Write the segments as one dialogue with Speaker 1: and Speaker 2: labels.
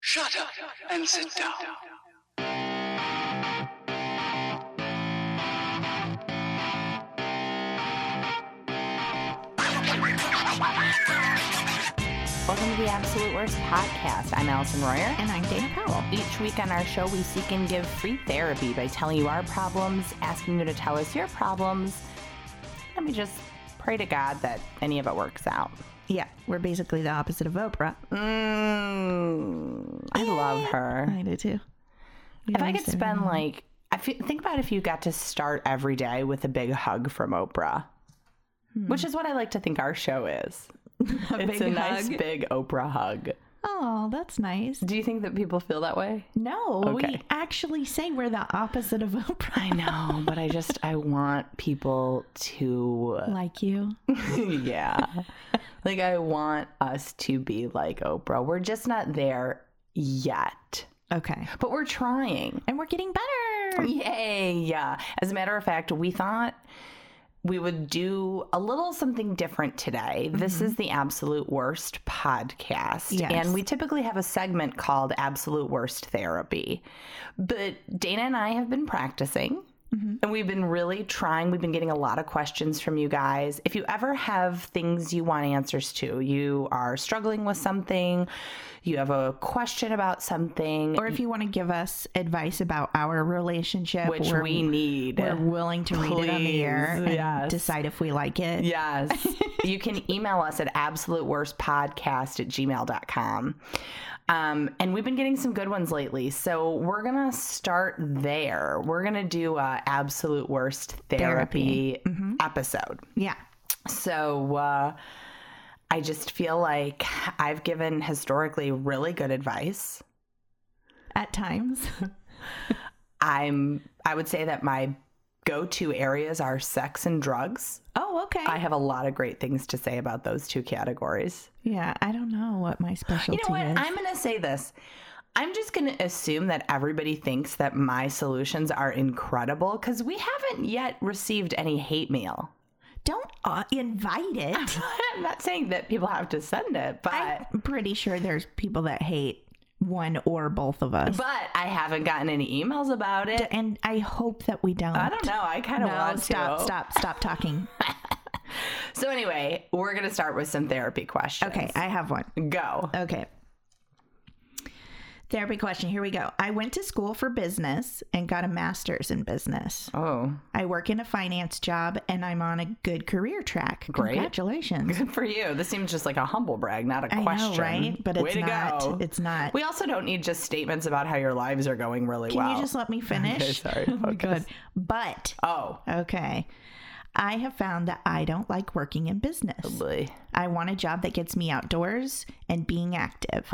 Speaker 1: Shut up and sit down.
Speaker 2: Welcome to the Absolute Worst Podcast. I'm Allison Royer.
Speaker 3: And I'm Dana Powell.
Speaker 2: Each week on our show, we seek and give free therapy by telling you our problems, asking you to tell us your problems. Let me just pray to God that any of it works out.
Speaker 3: Yeah, we're basically the opposite of Oprah.
Speaker 2: Mm, I love her.
Speaker 3: I do too. We
Speaker 2: If I
Speaker 3: always
Speaker 2: could
Speaker 3: say-
Speaker 2: spend like, I fe think about if you got to start every day with a big hug from Oprah, which is what I like to think our show is.
Speaker 3: a
Speaker 2: it's
Speaker 3: big
Speaker 2: Hmm. a nice
Speaker 3: hug.
Speaker 2: big Oprah hug.
Speaker 3: Oh, that's nice.
Speaker 2: Do you think that people feel that way?
Speaker 3: No,
Speaker 2: Okay.
Speaker 3: we actually say we're the opposite of Oprah.
Speaker 2: I know, but I just I want people to
Speaker 3: like you.
Speaker 2: yeah. Like I want us to be like Oprah. We're just not there yet.
Speaker 3: Okay.
Speaker 2: But we're trying.
Speaker 3: And we're getting
Speaker 2: Um,
Speaker 3: better.
Speaker 2: Yay. Yeah. As a matter of fact, we thought we would do a little something different today. This is the Absolute Worst podcast.
Speaker 3: Mm-hmm. Yes.
Speaker 2: And we typically have a segment called Absolute Worst Therapy. But Dana and I have been practicing.
Speaker 3: Mm-hmm.
Speaker 2: And we've been really trying. We've been getting a lot of questions from you guys. If you ever have things you want answers to, you are struggling with something, you have a question about something,
Speaker 3: Or if you want to give us advice about our relationship,
Speaker 2: which
Speaker 3: we're,
Speaker 2: we need.
Speaker 3: we're willing to read it on the air
Speaker 2: Please,
Speaker 3: and
Speaker 2: yes.
Speaker 3: decide if we like it.
Speaker 2: Yes. you can email us at absoluteworstpodcast at gmail.com. Um, and we've been getting some good ones lately. So we're going to start there. We're going to do a absolute worst therapy, episode.
Speaker 3: Yeah.
Speaker 2: So uh, I just feel like I've given historically really good advice.
Speaker 3: At times.
Speaker 2: I'm, I would say that my go to areas are sex and drugs.
Speaker 3: oh, okay.
Speaker 2: I have a lot of great things to say about those two categories.
Speaker 3: yeah, I don't know what my specialty
Speaker 2: You know what?
Speaker 3: is.
Speaker 2: I'm going to say this. I'm just going to assume that everybody thinks that my solutions are incredible because we haven't yet received any hate mail.
Speaker 3: don't uh, invite it.
Speaker 2: I'm not saying that people have to send it, but
Speaker 3: I'm pretty sure there's people that hate one or both of us.
Speaker 2: but I haven't gotten any emails about it.
Speaker 3: and I hope that we don't.
Speaker 2: I don't know. I kind of
Speaker 3: No,
Speaker 2: want
Speaker 3: stop,
Speaker 2: to.
Speaker 3: stop, stop talking.
Speaker 2: So anyway, we're going to start with some therapy questions.
Speaker 3: Okay, I Oh. have one.
Speaker 2: Go.
Speaker 3: Okay. Therapy question. Here we go. I went to school for business and got a master's in business.
Speaker 2: Oh,
Speaker 3: I work in a finance job and I'm on a good career track.
Speaker 2: Great.
Speaker 3: Congratulations.
Speaker 2: good for you. This seems just like a humble brag, not a
Speaker 3: I
Speaker 2: question.
Speaker 3: know, right? But
Speaker 2: Way
Speaker 3: it's
Speaker 2: to
Speaker 3: not.
Speaker 2: go.
Speaker 3: It's not.
Speaker 2: We also don't need just statements about how your lives are going really
Speaker 3: Can
Speaker 2: well.
Speaker 3: you just let me finish?
Speaker 2: Okay, sorry.
Speaker 3: Oh my
Speaker 2: Focus.
Speaker 3: God. But
Speaker 2: Oh,
Speaker 3: Okay. I have found that I don't like working in business.
Speaker 2: boy.
Speaker 3: I want a job that gets me outdoors and being active.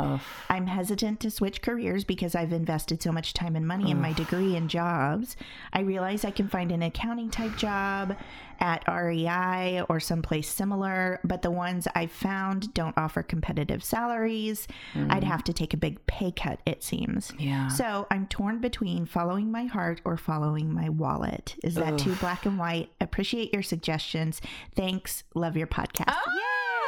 Speaker 3: I'm hesitant to switch careers because I've invested so much time and money in my degree and jobs. I realize I can find an accounting type job at REI or someplace similar, but the ones I've found don't offer competitive salaries. I'd have to take a big pay cut, it seems.
Speaker 2: Yeah.
Speaker 3: So I'm torn between following my heart or following my wallet. Is that too black and white? Appreciate your suggestions. Thanks. Love your podcast.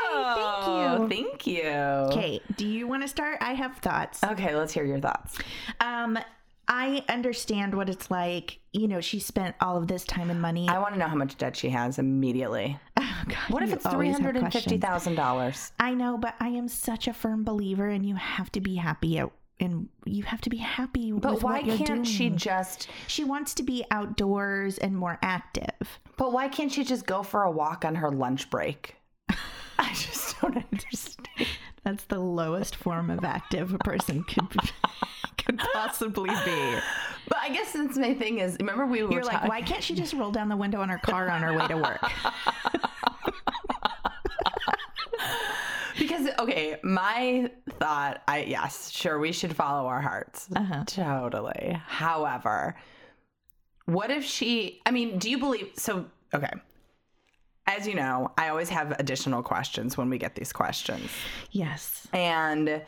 Speaker 2: Oh, thank you. Thank you.
Speaker 3: Okay, do you want to start? I have thoughts.
Speaker 2: Okay, let's hear your thoughts.
Speaker 3: Um, I understand what it's like. You know, she spent all of this time and money.
Speaker 2: I want to know how much debt she has immediately.
Speaker 3: Oh, God,
Speaker 2: What if
Speaker 3: you
Speaker 2: it's three
Speaker 3: always have
Speaker 2: hundred and fifty
Speaker 3: questions.
Speaker 2: thousand dollars?
Speaker 3: I know, but I am such a firm believer, and you have to be happy. At, and you have to be happy.
Speaker 2: But
Speaker 3: with
Speaker 2: why
Speaker 3: what you're
Speaker 2: can't she
Speaker 3: doing.
Speaker 2: just?
Speaker 3: She wants to be outdoors and more active.
Speaker 2: But why can't she just go for a walk on her lunch break? I just don't understand.
Speaker 3: That's the lowest form of active a person could be, could possibly be.
Speaker 2: But I guess since my thing is, remember we were
Speaker 3: You're like,
Speaker 2: talking-
Speaker 3: why can't she just roll down the window on her car on her way to work?
Speaker 2: Because okay, my thought, I yes, sure, we should follow our hearts. Totally. However, what if she I mean, do you believe so okay. As you know, I always have additional questions when we get these questions.
Speaker 3: Yes.
Speaker 2: And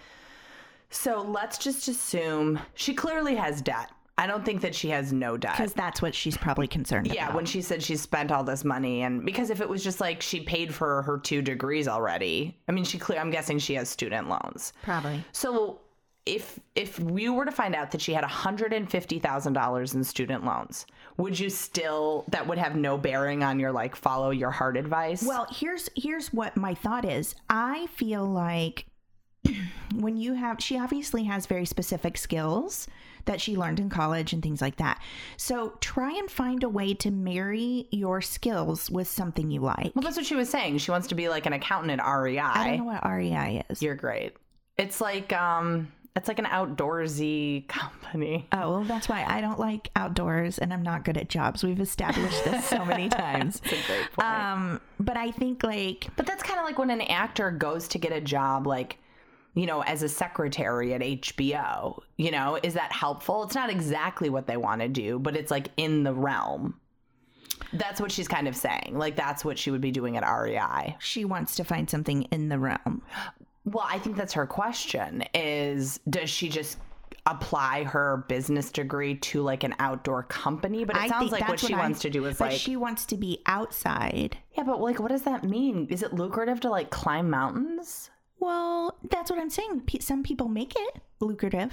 Speaker 2: so let's just assume she clearly has debt. I don't think that she has no debt.
Speaker 3: Because that's what she's probably concerned
Speaker 2: Yeah,
Speaker 3: about.
Speaker 2: when she said she spent all this money, and because if it was just like she paid for her two degrees already, I mean, she clear. I'm guessing she has student loans.
Speaker 3: Probably.
Speaker 2: So if if you were to find out that she had $150,000 in student loans, would you still that would have no bearing on your like follow your heart advice?
Speaker 3: Well, here's here's what my thought is. I feel like when you have she obviously has very specific skills that she learned in college and things like that. So try and find a way to marry your skills with something you like.
Speaker 2: Well, that's what she was saying. She wants to be like an accountant at REI.
Speaker 3: I don't know what REI is.
Speaker 2: You're great. It's like um it's like an outdoorsy company.
Speaker 3: Oh, well, that's why I don't like outdoors and I'm not good at jobs. We've established this so many times.
Speaker 2: It's a great point.
Speaker 3: Um, but I think like
Speaker 2: but that's kind of like when an actor goes to get a job like you know, as a secretary at HBO, you know, is that helpful? It's not exactly what they want to do, but it's like in the realm. That's what she's kind of saying. Like that's what she would be doing at E REI.
Speaker 3: she wants to find something in the realm.
Speaker 2: Well, I think that's her question is does she just apply her business degree to like an outdoor company? But it
Speaker 3: I
Speaker 2: sounds
Speaker 3: think
Speaker 2: like what
Speaker 3: that's
Speaker 2: she
Speaker 3: I-
Speaker 2: wants to do is
Speaker 3: but
Speaker 2: like
Speaker 3: she wants to be outside.
Speaker 2: Yeah, but like what does that mean? Is it lucrative to like climb mountains?
Speaker 3: Well, that's what I'm saying. Pe- Some people make it lucrative.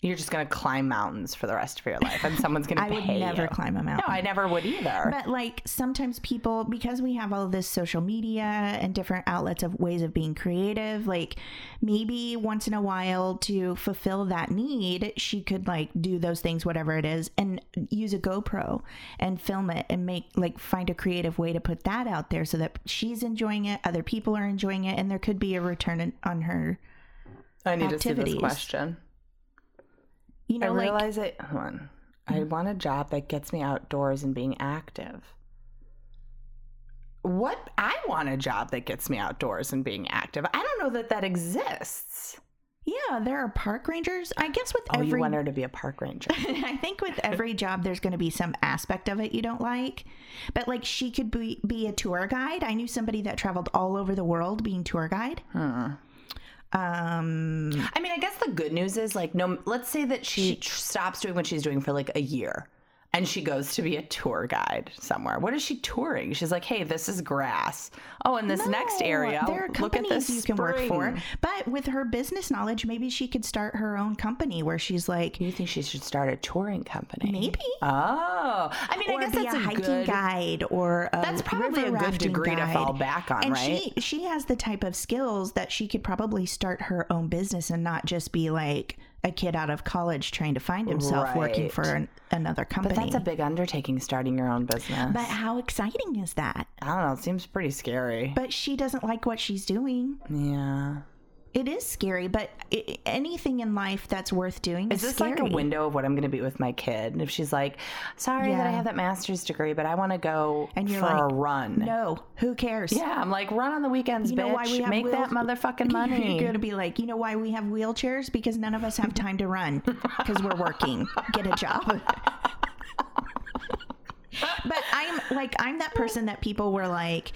Speaker 2: You're just gonna climb mountains for the rest of your life and someone's gonna
Speaker 3: I would
Speaker 2: pay
Speaker 3: never
Speaker 2: you.
Speaker 3: climb a mountain.
Speaker 2: No, I never would either.
Speaker 3: But like sometimes people, because we have all this social media and different outlets of ways of being creative, like maybe once in a while to fulfill that need, she could like do those things, whatever it is, and use a GoPro and film it and make like find a creative way to put that out there so that she's enjoying it, other people are enjoying it, and there could be a return in- on her.
Speaker 2: I need to see
Speaker 3: activities.
Speaker 2: this question.
Speaker 3: You know,
Speaker 2: I
Speaker 3: like
Speaker 2: realize it. Hold on. I
Speaker 3: Mm-hmm.
Speaker 2: want a job that gets me outdoors and being active. What? I want a job that gets me outdoors and being active. I don't know that that exists.
Speaker 3: yeah, there are park rangers. I guess with
Speaker 2: Oh, you
Speaker 3: every
Speaker 2: want her to be a park ranger.
Speaker 3: I think with every job, there's going to be some aspect of it you don't like. But like she could be, be a tour guide. I knew somebody that traveled all over the world being tour guide.
Speaker 2: Hmm.
Speaker 3: Um,
Speaker 2: I mean, I guess the good news is like, no, let's say that she, tr- stops doing what she's doing for like a year and she goes to be a tour guide somewhere. What is she touring? She's like, hey, this is grass. Oh, and this next
Speaker 3: no,
Speaker 2: area.
Speaker 3: There are
Speaker 2: look at
Speaker 3: companies
Speaker 2: this
Speaker 3: you can work for.
Speaker 2: spring.
Speaker 3: But with her business knowledge, maybe she could start her own company where she's like,
Speaker 2: You think she should start a touring company?
Speaker 3: maybe.
Speaker 2: Oh, I mean,
Speaker 3: or
Speaker 2: I guess
Speaker 3: be
Speaker 2: that's
Speaker 3: a,
Speaker 2: a,
Speaker 3: hiking
Speaker 2: good.
Speaker 3: guide or a
Speaker 2: That's probably
Speaker 3: river
Speaker 2: a good
Speaker 3: rafting
Speaker 2: degree to
Speaker 3: guide.
Speaker 2: fall back on,
Speaker 3: and
Speaker 2: right?
Speaker 3: she she has the type of skills that she could probably start her own business and not just be like a kid out of college trying to find himself working
Speaker 2: Right.
Speaker 3: for an, another company.
Speaker 2: But that's a big undertaking, starting your own business.
Speaker 3: But how exciting is that?
Speaker 2: I don't know. It seems pretty scary.
Speaker 3: But she doesn't like what she's doing.
Speaker 2: yeah.
Speaker 3: It is scary, but i anything in life that's worth doing
Speaker 2: Is
Speaker 3: is,
Speaker 2: this like a
Speaker 3: scary.
Speaker 2: window of what I'm going to be with my kid? If she's like, sorry that I
Speaker 3: Yeah.
Speaker 2: have that master's degree, but I want to go
Speaker 3: And you're
Speaker 2: for
Speaker 3: like,
Speaker 2: a run.
Speaker 3: No, who cares?
Speaker 2: Yeah, I'm like, run on the weekends,
Speaker 3: You
Speaker 2: bitch.
Speaker 3: know why we have
Speaker 2: Make that
Speaker 3: wheels-
Speaker 2: motherfucking money.
Speaker 3: You're going to be like, you know why we have wheelchairs? Because none of us have time to run because we're working. Get a job. but I'm like, I'm that person that people were like,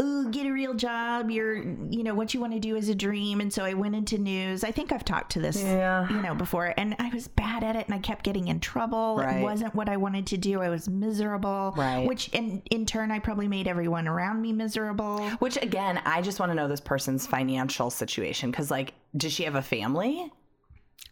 Speaker 3: ooh, get a real job. You're, you know, what you want to do is a dream. And so I went into news. I think I've talked to this,
Speaker 2: Yeah.
Speaker 3: you know, before. And I was bad at it and I kept getting in trouble. It
Speaker 2: Right.
Speaker 3: wasn't what I wanted to do. I was miserable.
Speaker 2: Right.
Speaker 3: Which in, in turn, I probably made everyone around me miserable.
Speaker 2: Which again, I just want to know this person's financial situation because, like, does she have a family?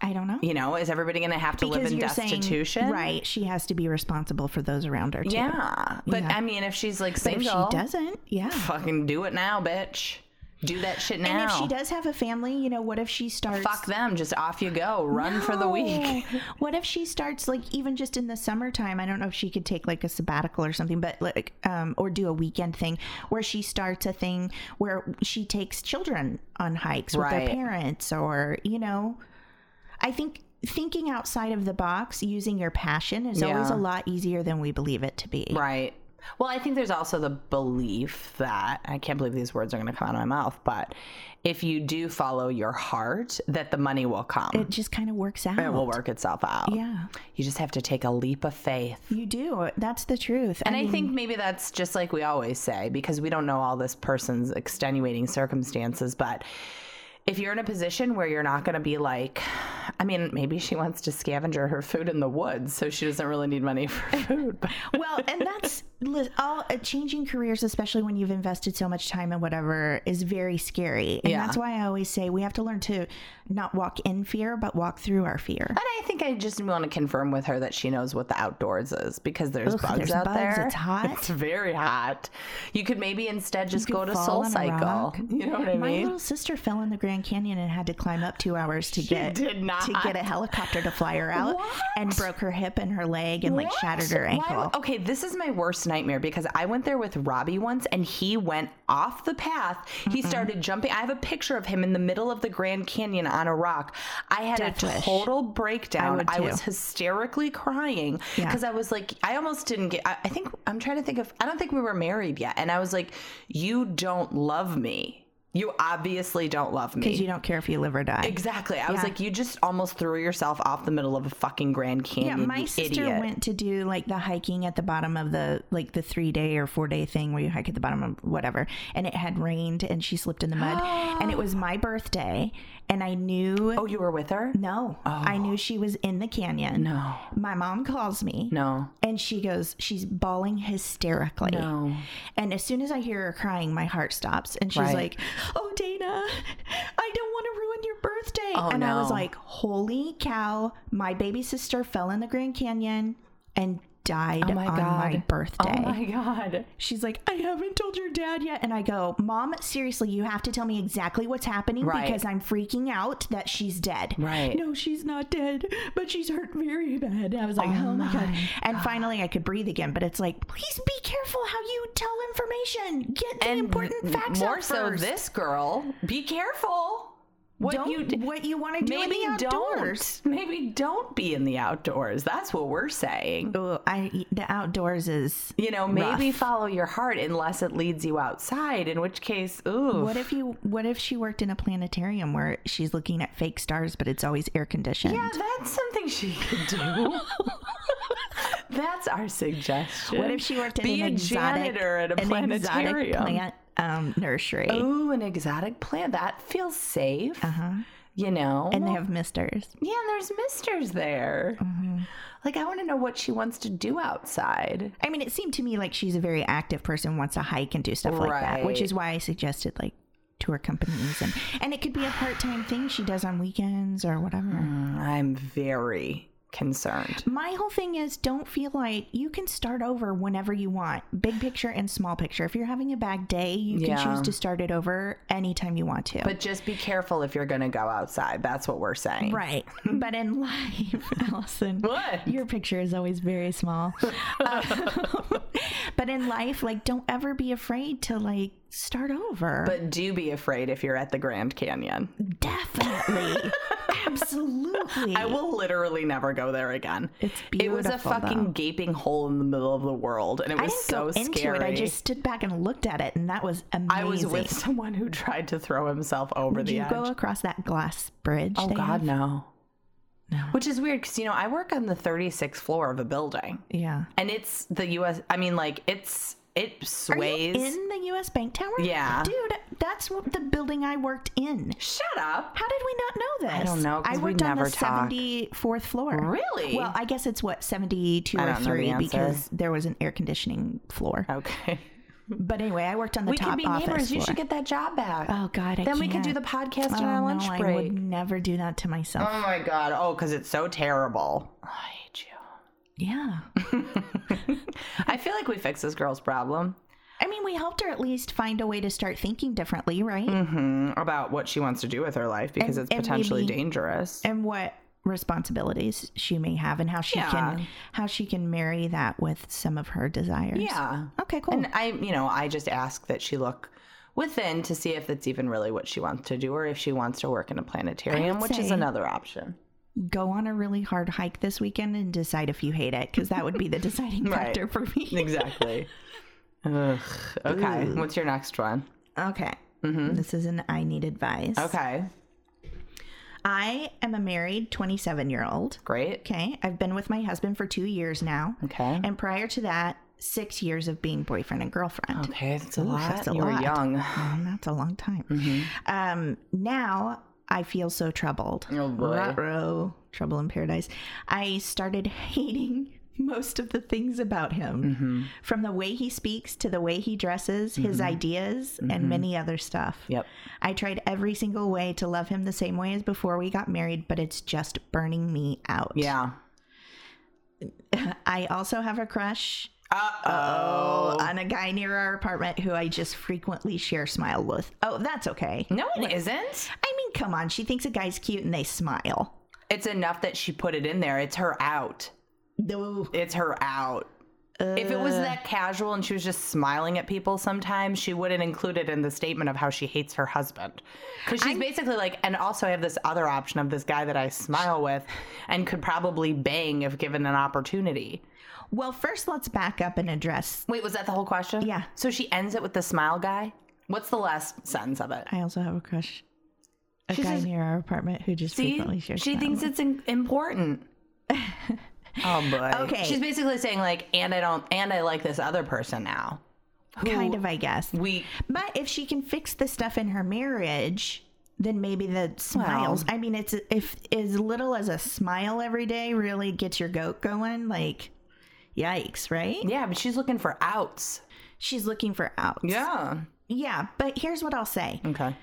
Speaker 3: I don't know.
Speaker 2: You know, is everybody going to have to live in destitution?
Speaker 3: Saying, right. She has to be responsible for those around her too.
Speaker 2: Yeah. But
Speaker 3: Yeah.
Speaker 2: I mean, if she's like
Speaker 3: If she
Speaker 2: single,
Speaker 3: doesn't, yeah.
Speaker 2: fucking do it now, bitch. Do that shit now.
Speaker 3: And if she does have a family, you know, what if she starts
Speaker 2: fuck them. Just off you go. Run for the week.
Speaker 3: No. what if she starts like even just in the summertime? I don't know if she could take like a sabbatical or something, but like um or do a weekend thing where she starts a thing where she takes children on hikes with
Speaker 2: Right.
Speaker 3: their parents or, you know, I think thinking outside of the box using your passion is always
Speaker 2: Yeah.
Speaker 3: a lot easier than we believe it to be.
Speaker 2: Right. Well, I think there's also the belief that I can't believe these words are going to come out of my mouth, but if you do follow your heart, that the money will come.
Speaker 3: It just kind of works out.
Speaker 2: It will work itself out.
Speaker 3: Yeah,
Speaker 2: You just have to take a leap of faith.
Speaker 3: you do. That's the truth.
Speaker 2: And I think maybe that's just like we always say, because we don't know all this person's extenuating circumstances. But if you're in a position where you're not going to be like, I mean, maybe she wants to scavenger her food in the woods, so she doesn't really need money for food.
Speaker 3: Well, and that's li- all uh, changing careers, especially when you've invested so much time and whatever, is very scary. And
Speaker 2: Yeah.
Speaker 3: that's why I always say we have to learn to not walk in fear, but walk through our fear.
Speaker 2: And I think I just want to confirm with her that she knows what the outdoors is because there's
Speaker 3: Ugh,
Speaker 2: bugs
Speaker 3: there's
Speaker 2: out
Speaker 3: bugs,
Speaker 2: there.
Speaker 3: it's hot.
Speaker 2: It's very hot. You could maybe instead just
Speaker 3: You
Speaker 2: go
Speaker 3: could
Speaker 2: to
Speaker 3: fall
Speaker 2: Soul
Speaker 3: on a
Speaker 2: Cycle.
Speaker 3: rock.
Speaker 2: You know what I
Speaker 3: My
Speaker 2: mean?
Speaker 3: little sister fell in the Grand Canyon and had to climb up two hours to get
Speaker 2: did not.
Speaker 3: to get a helicopter to fly her out,
Speaker 2: What?
Speaker 3: and broke her hip and her leg and like
Speaker 2: What?
Speaker 3: shattered her
Speaker 2: Why
Speaker 3: ankle.
Speaker 2: would- okay, this is my worst nightmare because I went there with Robbie once and he went off the path. He
Speaker 3: Mm-hmm.
Speaker 2: started jumping. I have a picture of him in the middle of the Grand Canyon on a rock. I had
Speaker 3: Death
Speaker 2: a
Speaker 3: wish.
Speaker 2: total breakdown.
Speaker 3: would
Speaker 2: I, was
Speaker 3: too.
Speaker 2: hysterically crying
Speaker 3: Yeah.
Speaker 2: because I was like, I almost didn't get. I, I think I'm trying to think of. I don't think we were married yet, and I was like, you don't love me. You obviously don't love me.
Speaker 3: Because you don't care if you live or die.
Speaker 2: Exactly. I was
Speaker 3: Yeah.
Speaker 2: like, you just almost threw yourself off the middle of a fucking Grand
Speaker 3: Yeah,
Speaker 2: Canyon.
Speaker 3: my
Speaker 2: you
Speaker 3: sister
Speaker 2: idiot.
Speaker 3: went to do like the hiking at the bottom of the like the three day or four day thing where you hike at the bottom of whatever, and it had rained and she slipped in the mud, and it was my birthday, and I knew
Speaker 2: Oh, you were with her?
Speaker 3: no, I knew she was in the canyon.
Speaker 2: No.
Speaker 3: my mom calls me.
Speaker 2: No.
Speaker 3: And she goes, she's bawling hysterically.
Speaker 2: No.
Speaker 3: And as soon as I hear her crying, my heart stops. And she's
Speaker 2: Right.
Speaker 3: like, Oh, Dana, I don't want to ruin your birthday.
Speaker 2: Oh,
Speaker 3: and I was
Speaker 2: no.
Speaker 3: like, Holy cow, my baby sister fell in the Grand Canyon and died
Speaker 2: Oh my
Speaker 3: on
Speaker 2: god.
Speaker 3: my birthday.
Speaker 2: Oh my god.
Speaker 3: She's like, I haven't told your dad yet. And I go, Mom, seriously, you have to tell me exactly what's happening
Speaker 2: Right.
Speaker 3: because I'm freaking out that she's dead.
Speaker 2: Right.
Speaker 3: No, she's not dead, but she's hurt very bad. And I was like, Oh, my God. And finally, I could breathe again. But it's like, please be careful how you tell information. Get the important
Speaker 2: th-
Speaker 3: facts
Speaker 2: more
Speaker 3: out
Speaker 2: so
Speaker 3: first.
Speaker 2: this girl. Be careful. What
Speaker 3: Don't-
Speaker 2: you d-
Speaker 3: what you want to do in
Speaker 2: maybe
Speaker 3: the outdoors.
Speaker 2: don't. Maybe don't be in the outdoors. That's what we're saying.
Speaker 3: Oh, I the outdoors is.
Speaker 2: You know, maybe
Speaker 3: Rough.
Speaker 2: follow your heart unless it leads you outside, in which case, ooh.
Speaker 3: What if you? What if she worked in a planetarium where she's looking at fake stars, but it's always air conditioned?
Speaker 2: yeah, that's something she could do. that's our suggestion.
Speaker 3: What if she worked at
Speaker 2: Be
Speaker 3: an
Speaker 2: a
Speaker 3: exotic,
Speaker 2: janitor at a
Speaker 3: an exotic
Speaker 2: planetarium? Oh
Speaker 3: plant um, nursery?
Speaker 2: Ooh, an exotic plant. That feels safe.
Speaker 3: Uh-huh.
Speaker 2: You know?
Speaker 3: And they have Mm-hmm. misters.
Speaker 2: Yeah, and there's misters there. Like, I want to know what she wants to do outside.
Speaker 3: I mean, it seemed to me like she's a very active person, wants to hike and do stuff like that, which
Speaker 2: Right.
Speaker 3: is why I suggested like tour companies and and it could be a part time thing she does on weekends or whatever.
Speaker 2: Mm. I'm very concerned.
Speaker 3: My whole thing is don't feel like you can start over whenever you want, big picture and small picture. If you're having a bad day, you can
Speaker 2: Yeah.
Speaker 3: choose to start it over anytime you want to.
Speaker 2: But just be careful if you're going to go outside. That's what we're saying.
Speaker 3: Right. But in life, Allison,
Speaker 2: What?
Speaker 3: your picture is always very small. Um, but in life, like, don't ever be afraid to like start over.
Speaker 2: But do be afraid if you're at the Grand Canyon.
Speaker 3: definitely, absolutely,
Speaker 2: I will literally never go there again.
Speaker 3: It's
Speaker 2: It was a
Speaker 3: beautiful,
Speaker 2: fucking
Speaker 3: though.
Speaker 2: gaping hole in the middle of the world, and it
Speaker 3: I
Speaker 2: was
Speaker 3: didn't
Speaker 2: so
Speaker 3: go into
Speaker 2: scary.
Speaker 3: it. I just stood back and looked at it, and that was amazing.
Speaker 2: I was with someone who tried to throw himself over
Speaker 3: Did
Speaker 2: the
Speaker 3: you
Speaker 2: edge.
Speaker 3: go across that glass bridge?
Speaker 2: Oh
Speaker 3: they
Speaker 2: God,
Speaker 3: have?
Speaker 2: no.
Speaker 3: No.
Speaker 2: Which is weird because you know I work on the 36th floor of a building,
Speaker 3: Yeah.
Speaker 2: and it's the U.S. I mean, like it's it
Speaker 3: Are
Speaker 2: sways.
Speaker 3: you in the U.S. Bank Tower?
Speaker 2: Yeah.
Speaker 3: dude, that's what the building I worked in.
Speaker 2: Shut up.
Speaker 3: How did we not know this?
Speaker 2: don't know, 'cause
Speaker 3: I
Speaker 2: we
Speaker 3: worked on
Speaker 2: never
Speaker 3: the
Speaker 2: talk.
Speaker 3: seventy fourth floor.
Speaker 2: Really?
Speaker 3: Well, I guess it's what seventy two
Speaker 2: I
Speaker 3: or
Speaker 2: don't know the
Speaker 3: three
Speaker 2: answer.
Speaker 3: because there was an air conditioning floor.
Speaker 2: Okay.
Speaker 3: But anyway, I worked on the
Speaker 2: We
Speaker 3: top
Speaker 2: could be
Speaker 3: office
Speaker 2: neighbors. You
Speaker 3: floor.
Speaker 2: should get that job back.
Speaker 3: Oh God, I
Speaker 2: then we could do the
Speaker 3: can't.
Speaker 2: podcast on
Speaker 3: Oh,
Speaker 2: our lunch
Speaker 3: no, I
Speaker 2: break.
Speaker 3: would never do that to myself.
Speaker 2: Oh my god. Oh, because it's so terrible. I hate you.
Speaker 3: yeah.
Speaker 2: I feel like we fixed this girl's problem
Speaker 3: I mean, we helped her at least find a way to start thinking differently, right?
Speaker 2: Mm. about what she wants to do with her life because
Speaker 3: And-
Speaker 2: it's
Speaker 3: and
Speaker 2: potentially
Speaker 3: maybe-
Speaker 2: dangerous.
Speaker 3: And what responsibilities she may have, and how she
Speaker 2: Yeah.
Speaker 3: can how she can marry that with some of her desires.
Speaker 2: yeah.
Speaker 3: Okay. Cool.
Speaker 2: And I, you know, I just ask that she look within to see if that's even really what she wants to do or if she wants to work in a planetarium, which is
Speaker 3: say-
Speaker 2: another option.
Speaker 3: go on a really hard hike this weekend and decide if you hate it because that would be the deciding
Speaker 2: Right.
Speaker 3: factor for me.
Speaker 2: Exactly. Ugh. Okay. What's your next one?
Speaker 3: Okay. This is an I need advice.
Speaker 2: Mm-hmm. Okay.
Speaker 3: I am a married 27 year old.
Speaker 2: Great.
Speaker 3: Okay. I've been with my husband for two years now.
Speaker 2: Okay.
Speaker 3: And prior to that, six years of being boyfriend and girlfriend.
Speaker 2: Okay. That's a
Speaker 3: Ooh,
Speaker 2: lot.
Speaker 3: Oh, that's a
Speaker 2: you were
Speaker 3: lot.
Speaker 2: young.
Speaker 3: Um, that's a long time. Um, now I feel so troubled.
Speaker 2: Mm-hmm. Oh, boy.
Speaker 3: Ruh-roh. Trouble in paradise. I started hating most of the things about him
Speaker 2: Mm-hmm.
Speaker 3: from the way he speaks to the way he dresses, his ideas, and many other stuff.
Speaker 2: Mm-hmm. Yep.
Speaker 3: I tried every single way to love him the same way as before we got married, but it's just burning me out.
Speaker 2: Yeah.
Speaker 3: I also have a crush
Speaker 2: Uh-oh.
Speaker 3: on a guy near our apartment who I just frequently share smile with. Oh, that's okay.
Speaker 2: No, it isn't.
Speaker 3: I mean, come on. She thinks a guy's cute and they smile.
Speaker 2: It's enough that she put it in there. It's her out.
Speaker 3: No.
Speaker 2: It's her out. if it was that casual and she was just smiling at people sometimes, she wouldn't include it in the statement of how she hates her husband. Because she's basically like, and also I have this other option of this guy that I smile with and could probably bang if given an opportunity.
Speaker 3: Well, first let's back up and address.
Speaker 2: Wait, was that the whole question?
Speaker 3: Yeah.
Speaker 2: So she ends it with the smile guy? What's the last sentence of it?
Speaker 3: I also have a crush. A
Speaker 2: She
Speaker 3: guy
Speaker 2: says-
Speaker 3: near our apartment who just
Speaker 2: See,
Speaker 3: frequently shares.
Speaker 2: she
Speaker 3: smile
Speaker 2: thinks
Speaker 3: with.
Speaker 2: it's in- important. oh boy.
Speaker 3: Okay.
Speaker 2: She's basically saying like, and I don't, and I like this other person now. Who
Speaker 3: kind of, I guess.
Speaker 2: We
Speaker 3: But if she can fix the stuff in her marriage, then maybe the smiles. I mean, it's if as little as a smile every day really gets your goat going. Like, yikes, right?
Speaker 2: Yeah, but she's looking for outs.
Speaker 3: She's looking for outs.
Speaker 2: Yeah.
Speaker 3: yeah. But here's what I'll say:
Speaker 2: Okay.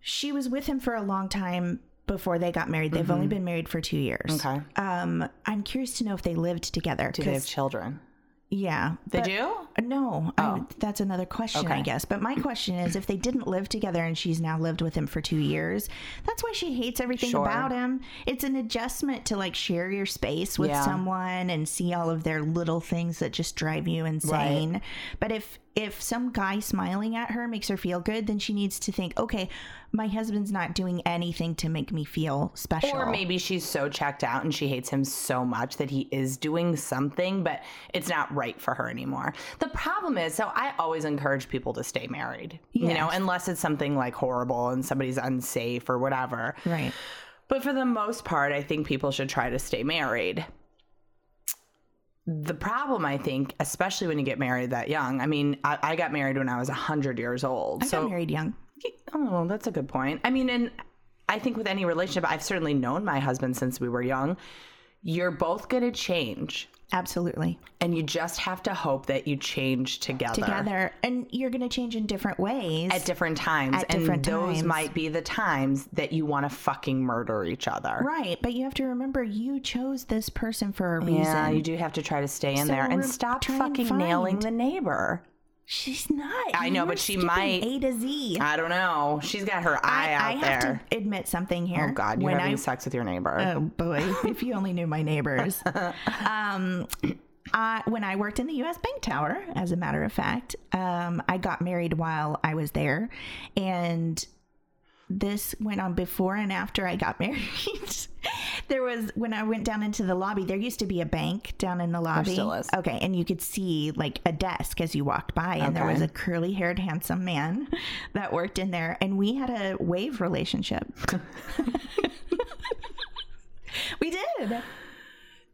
Speaker 3: she was with him for a long time before they got married. They've only been married for two years.
Speaker 2: Mm-hmm. Okay.
Speaker 3: Um, I'm curious to know if they lived together.
Speaker 2: Do they have
Speaker 3: 'cause-
Speaker 2: children?
Speaker 3: yeah,
Speaker 2: They
Speaker 3: but-
Speaker 2: do?
Speaker 3: Uh, No, I, that's another question, I
Speaker 2: Oh. Okay.
Speaker 3: guess. But my question is, if they didn't live together and she's now lived with him for two years, that's why she hates everything
Speaker 2: Sure.
Speaker 3: about him. It's an adjustment to like share your space with
Speaker 2: Yeah.
Speaker 3: someone and see all of their little things that just drive you insane. But if if some guy smiling at her makes her feel good, then she needs to think, okay, my husband's not doing anything to make me feel special.
Speaker 2: Or maybe she's so checked out and she hates him so much that he is doing something, but it's not right for her anymore. The problem is, so I always encourage people to stay married, you know,
Speaker 3: Yes.
Speaker 2: unless it's something like horrible and somebody's unsafe or whatever.
Speaker 3: right.
Speaker 2: But for the most part, I think people should try to stay married. The problem, I think, especially when you get married that young, I mean, I, I got married when I was 100 years old.
Speaker 3: I got married young.
Speaker 2: Oh, that's a good point. I mean, and I think with any relationship, I've certainly known my husband since we were young. You're both going to change,
Speaker 3: Absolutely.
Speaker 2: and you just have to hope that you change together.
Speaker 3: Together. And you're gonna change in different ways.
Speaker 2: At different times.
Speaker 3: At
Speaker 2: and
Speaker 3: different
Speaker 2: those
Speaker 3: times.
Speaker 2: might be the times that you want to fucking murder each other.
Speaker 3: Right, but you have to remember you chose this person for a reason.
Speaker 2: Yeah, you do have to try to stay in
Speaker 3: So
Speaker 2: there and
Speaker 3: we're
Speaker 2: stop
Speaker 3: trying to
Speaker 2: fucking nailing
Speaker 3: find-
Speaker 2: the neighbor.
Speaker 3: She's not.
Speaker 2: I know,
Speaker 3: You're
Speaker 2: but she
Speaker 3: skipping
Speaker 2: might.
Speaker 3: A to Z. I
Speaker 2: I don't know. She's got her eye out
Speaker 3: I have
Speaker 2: there.
Speaker 3: to admit something here.
Speaker 2: oh God, you're
Speaker 3: when
Speaker 2: having
Speaker 3: I
Speaker 2: sex with your neighbor.
Speaker 3: oh boy, if you only knew my neighbors. um, I, when I worked in the U.S. Bank Tower, as a matter of fact, um, I got married while I was there, and this went on before and after I got married. there was when I went down into the lobby. There used to be a bank down in the lobby.
Speaker 2: still is.
Speaker 3: Okay, and you could see like a desk as you walked by, and there
Speaker 2: Okay.
Speaker 3: was a curly-haired, handsome man that worked in there, and we had a wave relationship. we did.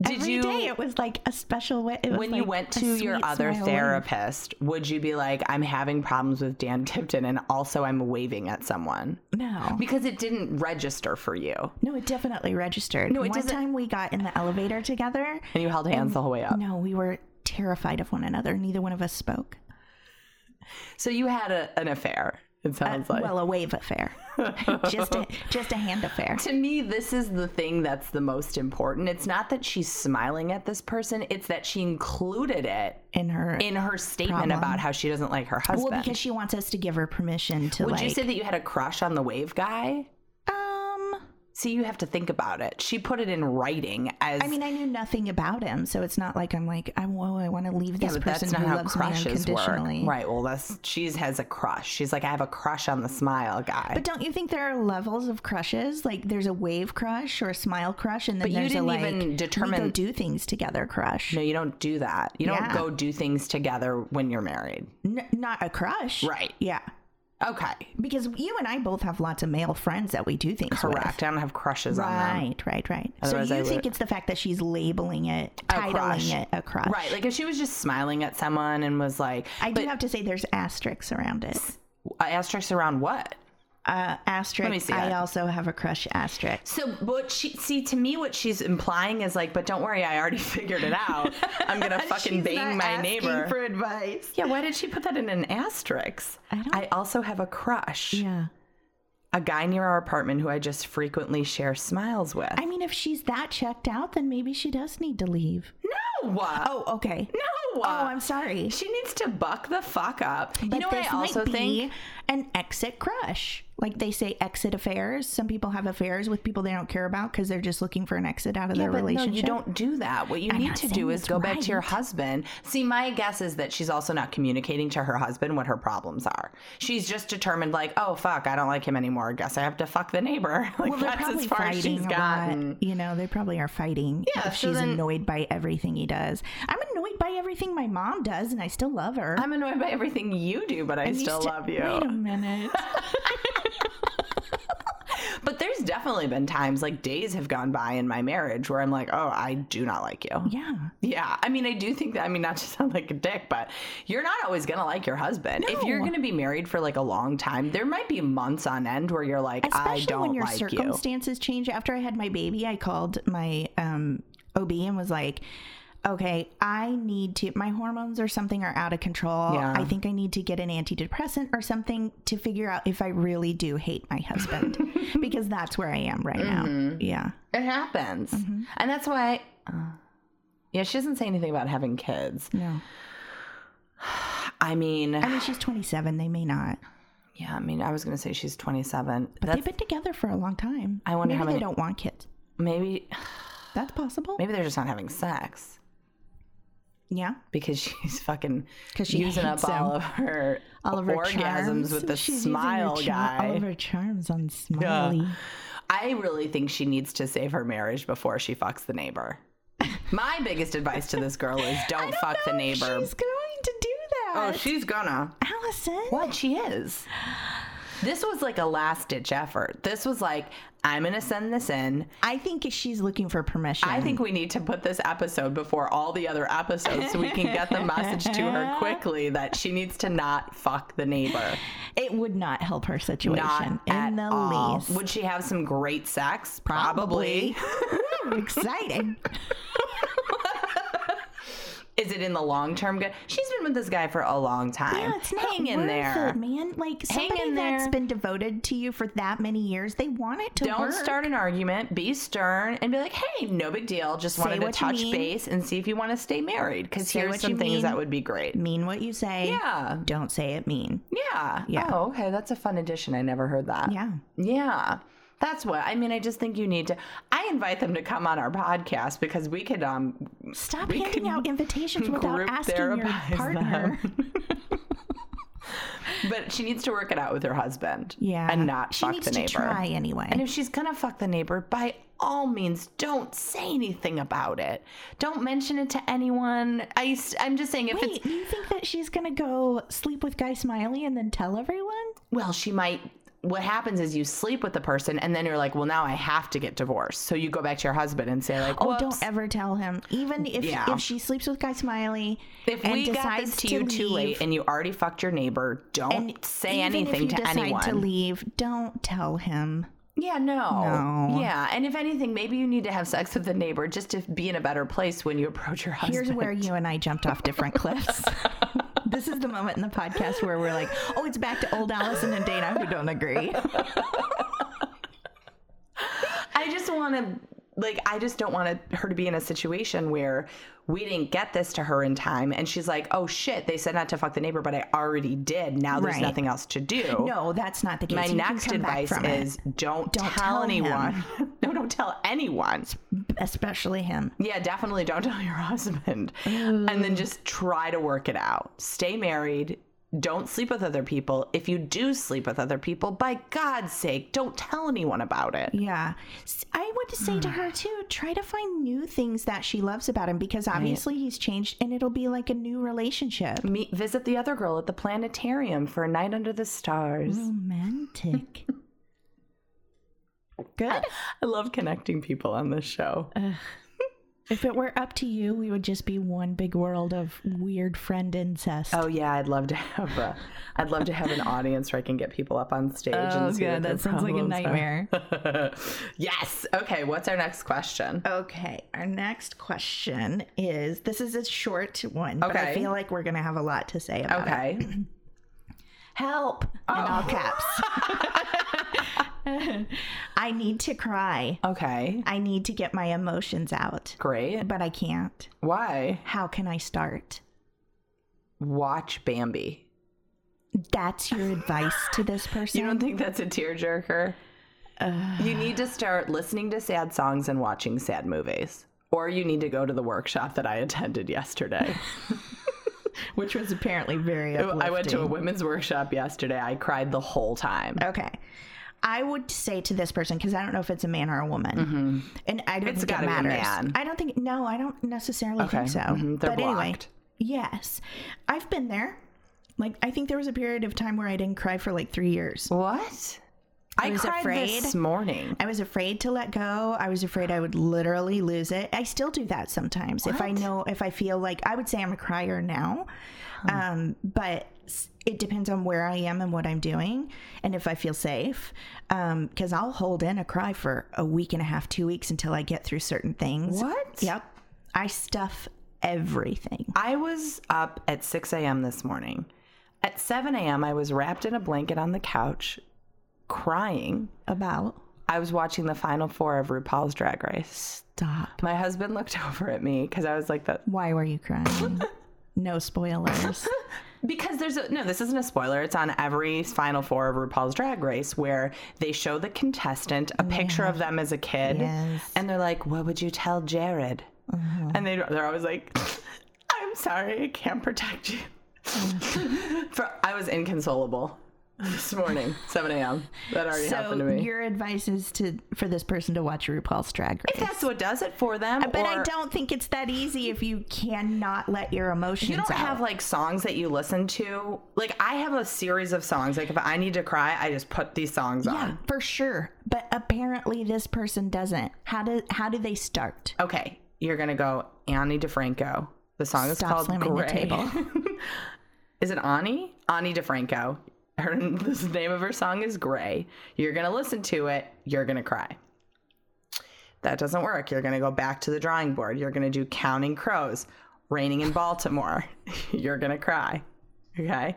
Speaker 2: Did
Speaker 3: Every
Speaker 2: you
Speaker 3: day it was like a special way. It was
Speaker 2: when you
Speaker 3: like
Speaker 2: went
Speaker 3: a
Speaker 2: to your
Speaker 3: sweet
Speaker 2: other
Speaker 3: smile wave.
Speaker 2: therapist, would you be like, I'm having problems with Dan Tipton and also I'm waving at someone?
Speaker 3: No.
Speaker 2: Because it didn't register for you.
Speaker 3: No, it definitely registered.
Speaker 2: No, it
Speaker 3: One
Speaker 2: doesn't-
Speaker 3: time we got in the elevator together.
Speaker 2: And you held hands the whole way up.
Speaker 3: Mm, No, we were terrified of one another. Neither one of us spoke.
Speaker 2: So you had a, an affair, it sounds like.
Speaker 3: Uh, Well, a wave affair. just a just a hand affair.
Speaker 2: to me, this is the thing that's the most important. It's not that she's smiling at this person, it's that she included it
Speaker 3: In her
Speaker 2: in her statement
Speaker 3: Problem.
Speaker 2: about how she doesn't like her husband.
Speaker 3: Well, because she wants us to give her permission to
Speaker 2: Would
Speaker 3: like
Speaker 2: you say that you had a crush on the wave guy?
Speaker 3: um
Speaker 2: See, you have to think about it. She put it in writing as
Speaker 3: I mean, I knew nothing about him, so it's not like I'm like, I, whoa, I want to leave
Speaker 2: yeah,
Speaker 3: this
Speaker 2: but
Speaker 3: person
Speaker 2: that's not
Speaker 3: who
Speaker 2: how
Speaker 3: loves me
Speaker 2: crushes work.
Speaker 3: unconditionally.
Speaker 2: Right. Well, that's she has a crush. She's like, I have a crush on the smile guy.
Speaker 3: But don't you think there are levels of crushes? Like there's a wave crush or a smile crush, and then
Speaker 2: you
Speaker 3: there's
Speaker 2: didn't
Speaker 3: a like
Speaker 2: even
Speaker 3: we
Speaker 2: determine-
Speaker 3: go do things together crush.
Speaker 2: no, you don't do that. You don't
Speaker 3: Yeah.
Speaker 2: go do things together when you're married.
Speaker 3: N- not a crush,
Speaker 2: Right.
Speaker 3: Yeah,
Speaker 2: Okay.
Speaker 3: because you and I both have lots of male friends that we do things with.
Speaker 2: Correct. I don't have crushes on them.
Speaker 3: Right, right, right.
Speaker 2: Otherwise
Speaker 3: so
Speaker 2: I
Speaker 3: you think
Speaker 2: would-
Speaker 3: it's the fact that she's labeling it, titling
Speaker 2: crush.
Speaker 3: it a crush?
Speaker 2: Right. Like if she was just smiling at someone and was like,
Speaker 3: I do have to say there's asterisks around it.
Speaker 2: asterisks around what?
Speaker 3: Uh, asterisk.
Speaker 2: Let me see
Speaker 3: I
Speaker 2: that.
Speaker 3: also have a crush. Asterisk.
Speaker 2: So, but she see to me what she's implying is like, but don't worry, I already figured it out. I'm gonna fucking
Speaker 3: She's
Speaker 2: bang
Speaker 3: not
Speaker 2: my
Speaker 3: asking
Speaker 2: neighbor.
Speaker 3: for advice.
Speaker 2: yeah, why did she put that in an asterisk?
Speaker 3: I don't-
Speaker 2: I also have a crush.
Speaker 3: Yeah.
Speaker 2: A guy near our apartment who I just frequently share smiles with.
Speaker 3: I mean, if she's that checked out, then maybe she does need to leave.
Speaker 2: no. Oh,
Speaker 3: Oh, okay.
Speaker 2: no.
Speaker 3: Oh, I'm sorry.
Speaker 2: She needs to buck the fuck up.
Speaker 3: But
Speaker 2: you know what
Speaker 3: this
Speaker 2: I also
Speaker 3: might be
Speaker 2: think?
Speaker 3: an exit crush. Like they say, exit affairs. Some people have affairs with people they don't care about because they're just looking for an exit out of
Speaker 2: Yeah,
Speaker 3: their
Speaker 2: but no,
Speaker 3: relationship.
Speaker 2: you don't do that. What you
Speaker 3: I'm
Speaker 2: need
Speaker 3: not
Speaker 2: to
Speaker 3: saying
Speaker 2: do is
Speaker 3: it's
Speaker 2: go back to your
Speaker 3: right.
Speaker 2: husband. See, my guess is that she's also not communicating to her husband what her problems are. She's just determined, like, oh fuck, I don't like him anymore. Guess I have to fuck the neighbor. Like
Speaker 3: Well, they're
Speaker 2: that's
Speaker 3: probably
Speaker 2: as far as
Speaker 3: fighting
Speaker 2: she's
Speaker 3: a
Speaker 2: gotten.
Speaker 3: lot. You know, they probably are fighting.
Speaker 2: Yeah,
Speaker 3: if
Speaker 2: so
Speaker 3: she's
Speaker 2: then-
Speaker 3: annoyed by everything he does. I'm annoyed by everything my mom does, and I still love her.
Speaker 2: I'm annoyed by everything you do, but I
Speaker 3: I'm
Speaker 2: still
Speaker 3: used to-
Speaker 2: love you.
Speaker 3: Wait a minute.
Speaker 2: But there's definitely been times, like days have gone by in my marriage, where I'm like, oh, I do not like you.
Speaker 3: yeah.
Speaker 2: Yeah, I mean, I do think that. I mean, not to sound like a dick, but you're not always gonna like your husband. If you're
Speaker 3: No.
Speaker 2: gonna be married for like a long time, there might be months on end where you're like,
Speaker 3: especially
Speaker 2: I don't
Speaker 3: when your
Speaker 2: like you.
Speaker 3: circumstances change after i had my baby i called my um, ob and was like okay i need to my hormones or something are out of control
Speaker 2: Yeah.
Speaker 3: i think i need to get an antidepressant or something to figure out if i really do hate my husband because that's where i am right now
Speaker 2: Mm-hmm.
Speaker 3: yeah
Speaker 2: It happens,
Speaker 3: Mm-hmm.
Speaker 2: and that's why. uh, yeah, she doesn't say anything about having kids.
Speaker 3: no
Speaker 2: I mean,
Speaker 3: i mean she's 27 they may not
Speaker 2: yeah, I mean, I was gonna say she's 27.
Speaker 3: but
Speaker 2: That's,
Speaker 3: they've been together for a long time
Speaker 2: I wonder
Speaker 3: maybe
Speaker 2: how many-
Speaker 3: they don't want kids
Speaker 2: maybe,
Speaker 3: that's possible
Speaker 2: maybe they're just not having sex
Speaker 3: yeah
Speaker 2: because she's fucking
Speaker 3: 'Cause she
Speaker 2: using up
Speaker 3: hates him.
Speaker 2: all of her
Speaker 3: all of her
Speaker 2: orgasms
Speaker 3: charms.
Speaker 2: with the
Speaker 3: She's using her
Speaker 2: smile
Speaker 3: char-
Speaker 2: guy.
Speaker 3: all of her charms on smiley
Speaker 2: I really think she needs to save her marriage before she fucks the neighbor. My biggest advice to this girl is don't, fuck the
Speaker 3: She's
Speaker 2: neighbor.
Speaker 3: going to do
Speaker 2: oh,
Speaker 3: that.
Speaker 2: she's gonna.
Speaker 3: Allison.
Speaker 2: What? She is. This was like a last ditch effort. This was like, I'm gonna send this in.
Speaker 3: I think she's looking for permission.
Speaker 2: I think we need to put this episode before all the other episodes so we can get the message to her quickly that she needs to not fuck the neighbor.
Speaker 3: it would not help her situation
Speaker 2: Not
Speaker 3: in
Speaker 2: at
Speaker 3: the
Speaker 2: all.
Speaker 3: least.
Speaker 2: Would she have some great sex? Probably.
Speaker 3: Woo, exciting.
Speaker 2: Is it in the long term good? She's been with this guy for a long time.
Speaker 3: Yeah, it's not
Speaker 2: Hang in
Speaker 3: worth
Speaker 2: there.
Speaker 3: it, man. Like somebody
Speaker 2: in
Speaker 3: that's
Speaker 2: there.
Speaker 3: been devoted to you for that many years, they want it to
Speaker 2: Don't
Speaker 3: work.
Speaker 2: start an argument. Be stern and be like, "Hey, no big deal. Just wanted to
Speaker 3: what you
Speaker 2: touch
Speaker 3: mean.
Speaker 2: base and see if you want to stay married. Because
Speaker 3: Say
Speaker 2: here's
Speaker 3: what you
Speaker 2: some things
Speaker 3: mean.
Speaker 2: that would be great."
Speaker 3: mean what you say.
Speaker 2: Yeah.
Speaker 3: Don't say it mean.
Speaker 2: Yeah.
Speaker 3: Yeah.
Speaker 2: Oh, okay. That's a fun addition. I never heard that.
Speaker 3: Yeah.
Speaker 2: Yeah. That's what I mean. I just think you need to. I invite them to come on our podcast because we could um
Speaker 3: Stop
Speaker 2: We
Speaker 3: handing
Speaker 2: can
Speaker 3: out invitations without
Speaker 2: group
Speaker 3: asking your
Speaker 2: therapize
Speaker 3: partner.
Speaker 2: But she needs to work it out with her husband.
Speaker 3: Yeah.
Speaker 2: And not
Speaker 3: she
Speaker 2: fuck
Speaker 3: needs
Speaker 2: the neighbor.
Speaker 3: to try anyway.
Speaker 2: And if she's gonna fuck the neighbor, by all means, don't say anything about it. Don't mention it to anyone. I, am just saying, if it's
Speaker 3: Wait, you think that she's gonna go sleep with Guy Smiley and then tell everyone?
Speaker 2: well, she might. What happens is you sleep with the person, and then you're like, well, now I have to get divorced. So you go back to your husband and say, like,
Speaker 3: Oh,
Speaker 2: oh,
Speaker 3: don't ever tell him. Even if
Speaker 2: Yeah.
Speaker 3: if she sleeps with Guy Smiley,
Speaker 2: If
Speaker 3: and
Speaker 2: we got
Speaker 3: decides
Speaker 2: this to you too late,
Speaker 3: leave,
Speaker 2: and you already fucked your neighbor, don't
Speaker 3: and
Speaker 2: say
Speaker 3: even if
Speaker 2: anything
Speaker 3: you
Speaker 2: to
Speaker 3: decide
Speaker 2: anyone.
Speaker 3: to leave, don't tell him.
Speaker 2: Yeah, no.
Speaker 3: No.
Speaker 2: Yeah, and if anything, maybe you need to have sex with the neighbor just to be in a better place when you approach your husband.
Speaker 3: Here's where you and I jumped off different cliffs. this is the moment in the podcast where we're like, oh, it's back to old Allison and Dana who don't agree.
Speaker 2: I just want to like I just don't want it- her to be in a situation where we didn't get this to her in time and she's like, "Oh shit, they said not to fuck the neighbor, but I already did. Now there's
Speaker 3: Right.
Speaker 2: nothing else to do."
Speaker 3: No, that's not the case.
Speaker 2: My
Speaker 3: You can
Speaker 2: next
Speaker 3: come back
Speaker 2: advice
Speaker 3: from it,
Speaker 2: is don't,
Speaker 3: Don't
Speaker 2: tell,
Speaker 3: tell him.
Speaker 2: anyone. no, don't tell anyone.
Speaker 3: especially him.
Speaker 2: Yeah, definitely don't tell your husband. And then just try to work it out. Stay married. Don't sleep with other people. If you do sleep with other people, by God's sake, don't tell anyone about it.
Speaker 3: Yeah. S- I would say
Speaker 2: Hmm.
Speaker 3: to her too, try to find new things that she loves about him because obviously he's changed and it'll be like a new relationship.
Speaker 2: Meet, visit the other girl at the planetarium for a night under the stars.
Speaker 3: Mm-hmm. Romantic. Good. Uh,
Speaker 2: I love connecting people on this show.
Speaker 3: If it were up to you, we would just be one big world of weird friend incest.
Speaker 2: Oh yeah, I'd love to have a, I'd love to have an audience where I can get people up on stage.
Speaker 3: Oh,
Speaker 2: and see what
Speaker 3: God,
Speaker 2: their
Speaker 3: that sounds like a
Speaker 2: problems are.
Speaker 3: nightmare.
Speaker 2: yes. Okay. What's our next question?
Speaker 3: Okay, our next question is this is a short one, but I
Speaker 2: Okay.
Speaker 3: feel like we're going to have a lot to say about it.
Speaker 2: Okay.
Speaker 3: Oh,
Speaker 2: Oh,
Speaker 3: Help! In all caps. I need to cry.
Speaker 2: Okay.
Speaker 3: I need to get my emotions out,
Speaker 2: Great.
Speaker 3: but I can't.
Speaker 2: Why?
Speaker 3: How can I start?
Speaker 2: Watch Bambi.
Speaker 3: That's your advice to this person?
Speaker 2: You don't think that's a tearjerker? you need to start listening to sad songs and watching sad movies. Or you need to go to the workshop that I attended yesterday.
Speaker 3: Which was apparently very
Speaker 2: I went to a women's workshop yesterday. I cried the whole time.
Speaker 3: Okay. I would say to this person because I don't know if it's a man or a woman, and I don't
Speaker 2: Mm-hmm. It's
Speaker 3: think
Speaker 2: gotta be
Speaker 3: it
Speaker 2: a
Speaker 3: matters.
Speaker 2: man.
Speaker 3: I don't think no, I don't necessarily think so.
Speaker 2: mhm, they're
Speaker 3: but anyway,
Speaker 2: blocked.
Speaker 3: yes, I've been there. Like I think there was a period of time where I didn't cry for like three years.
Speaker 2: What? I,
Speaker 3: was
Speaker 2: cried this
Speaker 3: afraid.
Speaker 2: morning.
Speaker 3: I was afraid to let go. I was afraid I would literally lose it. I still do that sometimes. If I
Speaker 2: What?
Speaker 3: know, if I feel like I would say I'm a crier now, um, but s- it depends on where I am and what I'm doing, and if I feel safe. Because I'll hold in a cry for a week and a half, two weeks until I get through certain things.
Speaker 2: What?
Speaker 3: Yep. I stuff everything.
Speaker 2: I was up at 6 a.m. this morning. At 7 a.m., I was wrapped in a blanket on the couch, crying.
Speaker 3: About
Speaker 2: I was watching the final four of RuPaul's Drag Race.
Speaker 3: stop.
Speaker 2: My husband looked over at me because I was like that
Speaker 3: Why were you crying? no spoilers.
Speaker 2: because there's a no this isn't a spoiler it's on every final four of RuPaul's Drag Race where they show the contestant a picture of them as a kid
Speaker 3: Yes.
Speaker 2: and they're like what would you tell Jared and they they're always like I'm sorry I can't protect you For, I was inconsolable this morning 7 a.m. that already happened to
Speaker 3: so
Speaker 2: me
Speaker 3: your advice is to for this person to watch RuPaul's Drag Race.
Speaker 2: if that's what does it for them
Speaker 3: But I
Speaker 2: or-
Speaker 3: don't think it's that easy if you cannot let your emotions
Speaker 2: You don't
Speaker 3: out.
Speaker 2: have like songs that you listen to. Like I have a series of songs. Like if I need to cry, I just put these songs
Speaker 3: yeah,
Speaker 2: on.
Speaker 3: for sure. But apparently this person doesn't. How do how do they start?
Speaker 2: Okay, you're gonna go Annie DeFranco. The song is
Speaker 3: Stop
Speaker 2: called
Speaker 3: slamming the
Speaker 2: Gray.
Speaker 3: table.
Speaker 2: is it Ani? Ani DeFranco. Her the name of her song is Gray. You're gonna listen to it. You're gonna cry. That doesn't work. You're gonna go back to the drawing board. You're gonna do Counting Crows, Raining in Baltimore. you're gonna cry. Okay.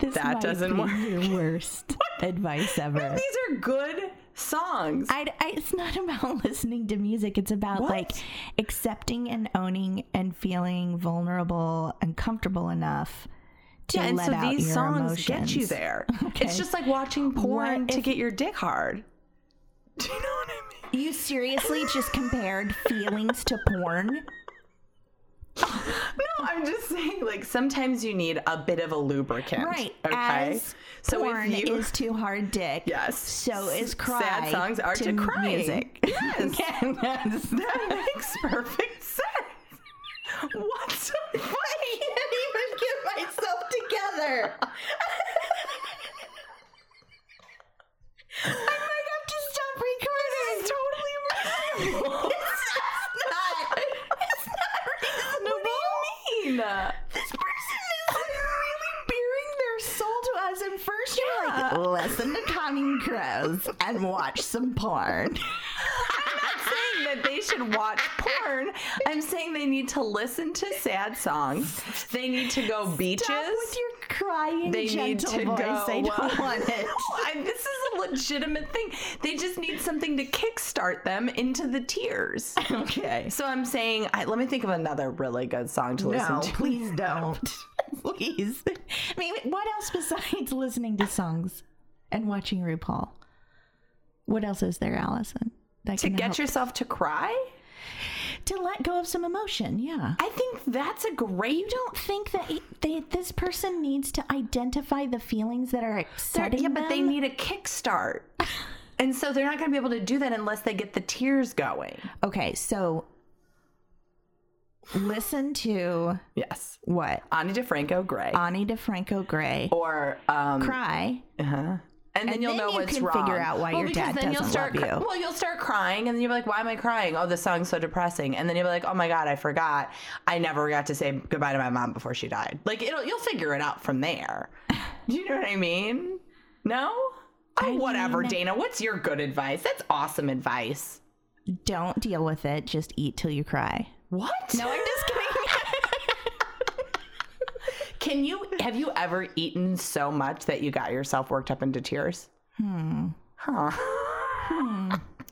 Speaker 3: This
Speaker 2: That
Speaker 3: might
Speaker 2: doesn't
Speaker 3: be
Speaker 2: work.
Speaker 3: Your worst advice ever.
Speaker 2: These are good songs.
Speaker 3: I, I- it's not about listening to music. It's about
Speaker 2: What?
Speaker 3: like accepting and owning and feeling vulnerable and comfortable enough to
Speaker 2: Yeah, and
Speaker 3: let
Speaker 2: so
Speaker 3: out
Speaker 2: these
Speaker 3: your
Speaker 2: songs get you
Speaker 3: emotions.
Speaker 2: there. It's just like watching porn to get your dick hard. Do you know what I mean?
Speaker 3: You seriously just compared feelings to porn?
Speaker 2: No, I'm just saying, like sometimes you need a bit of a lubricant,
Speaker 3: Right.
Speaker 2: Okay,
Speaker 3: As
Speaker 2: so
Speaker 3: porn
Speaker 2: if you
Speaker 3: is too hard dick.
Speaker 2: yes,
Speaker 3: So is cry.
Speaker 2: Sad songs are to, cry.
Speaker 3: music.
Speaker 2: Yes,
Speaker 3: Yeah, that's-
Speaker 2: that makes perfect sense. What's so funny?
Speaker 3: I can't even get myself together. I might have to stop recording. It's totally reasonable. it's not. It's not reasonable.
Speaker 2: No, what do you mean?
Speaker 3: This person is really bearing their soul to us, and first you're
Speaker 2: Yeah.
Speaker 3: like, listen to Counting Crows and watch some porn.
Speaker 2: saying that they should watch porn. I'm saying they need to listen to sad songs. They need to go beaches.
Speaker 3: Stop with your crying
Speaker 2: They
Speaker 3: gentle
Speaker 2: need to
Speaker 3: voice.
Speaker 2: go.
Speaker 3: I don't want it.
Speaker 2: I- this is a legitimate thing. They just need something to kickstart them into the tears.
Speaker 3: Okay.
Speaker 2: So I'm saying, I, let me think of another really good song to listen
Speaker 3: No,
Speaker 2: to.
Speaker 3: please don't. please. I mean, what else besides listening to songs and watching RuPaul? What else is there, Allison? That
Speaker 2: To
Speaker 3: can
Speaker 2: get
Speaker 3: help?
Speaker 2: yourself to cry?
Speaker 3: to let go of some emotion, yeah.
Speaker 2: I think that's a
Speaker 3: You
Speaker 2: great.
Speaker 3: don't think that they, this person needs to identify the feelings that are upsetting
Speaker 2: Yeah, but they
Speaker 3: them?
Speaker 2: need a kickstart. And so they're not going to be able to do that unless they get the tears going.
Speaker 3: Okay, so listen to
Speaker 2: Yes.
Speaker 3: what
Speaker 2: Ani DeFranco, Gray.
Speaker 3: Ani DeFranco Gray
Speaker 2: or um,
Speaker 3: Uh, cry,
Speaker 2: uh-huh. and then
Speaker 3: And
Speaker 2: you'll
Speaker 3: then
Speaker 2: know
Speaker 3: you
Speaker 2: what's
Speaker 3: can
Speaker 2: wrong.
Speaker 3: figure out why
Speaker 2: well,
Speaker 3: your
Speaker 2: because
Speaker 3: dad
Speaker 2: then you'll
Speaker 3: doesn't
Speaker 2: start
Speaker 3: love
Speaker 2: cr-
Speaker 3: you.
Speaker 2: well, you'll start crying, and then you'll be like, "Why am I crying? Oh, this song's so depressing." And then you'll be like, "Oh my god, I forgot. I never got to say goodbye to my mom before she died." Like it'll you'll figure it out from there. Do you know what I mean? No. Oh, whatever, Dana. What's your good advice? That's awesome advice.
Speaker 3: Don't deal with it. Just eat till you cry.
Speaker 2: What? No, I'm just kidding. Can you have you ever eaten so much that you got yourself worked up into tears? Hmm. Huh.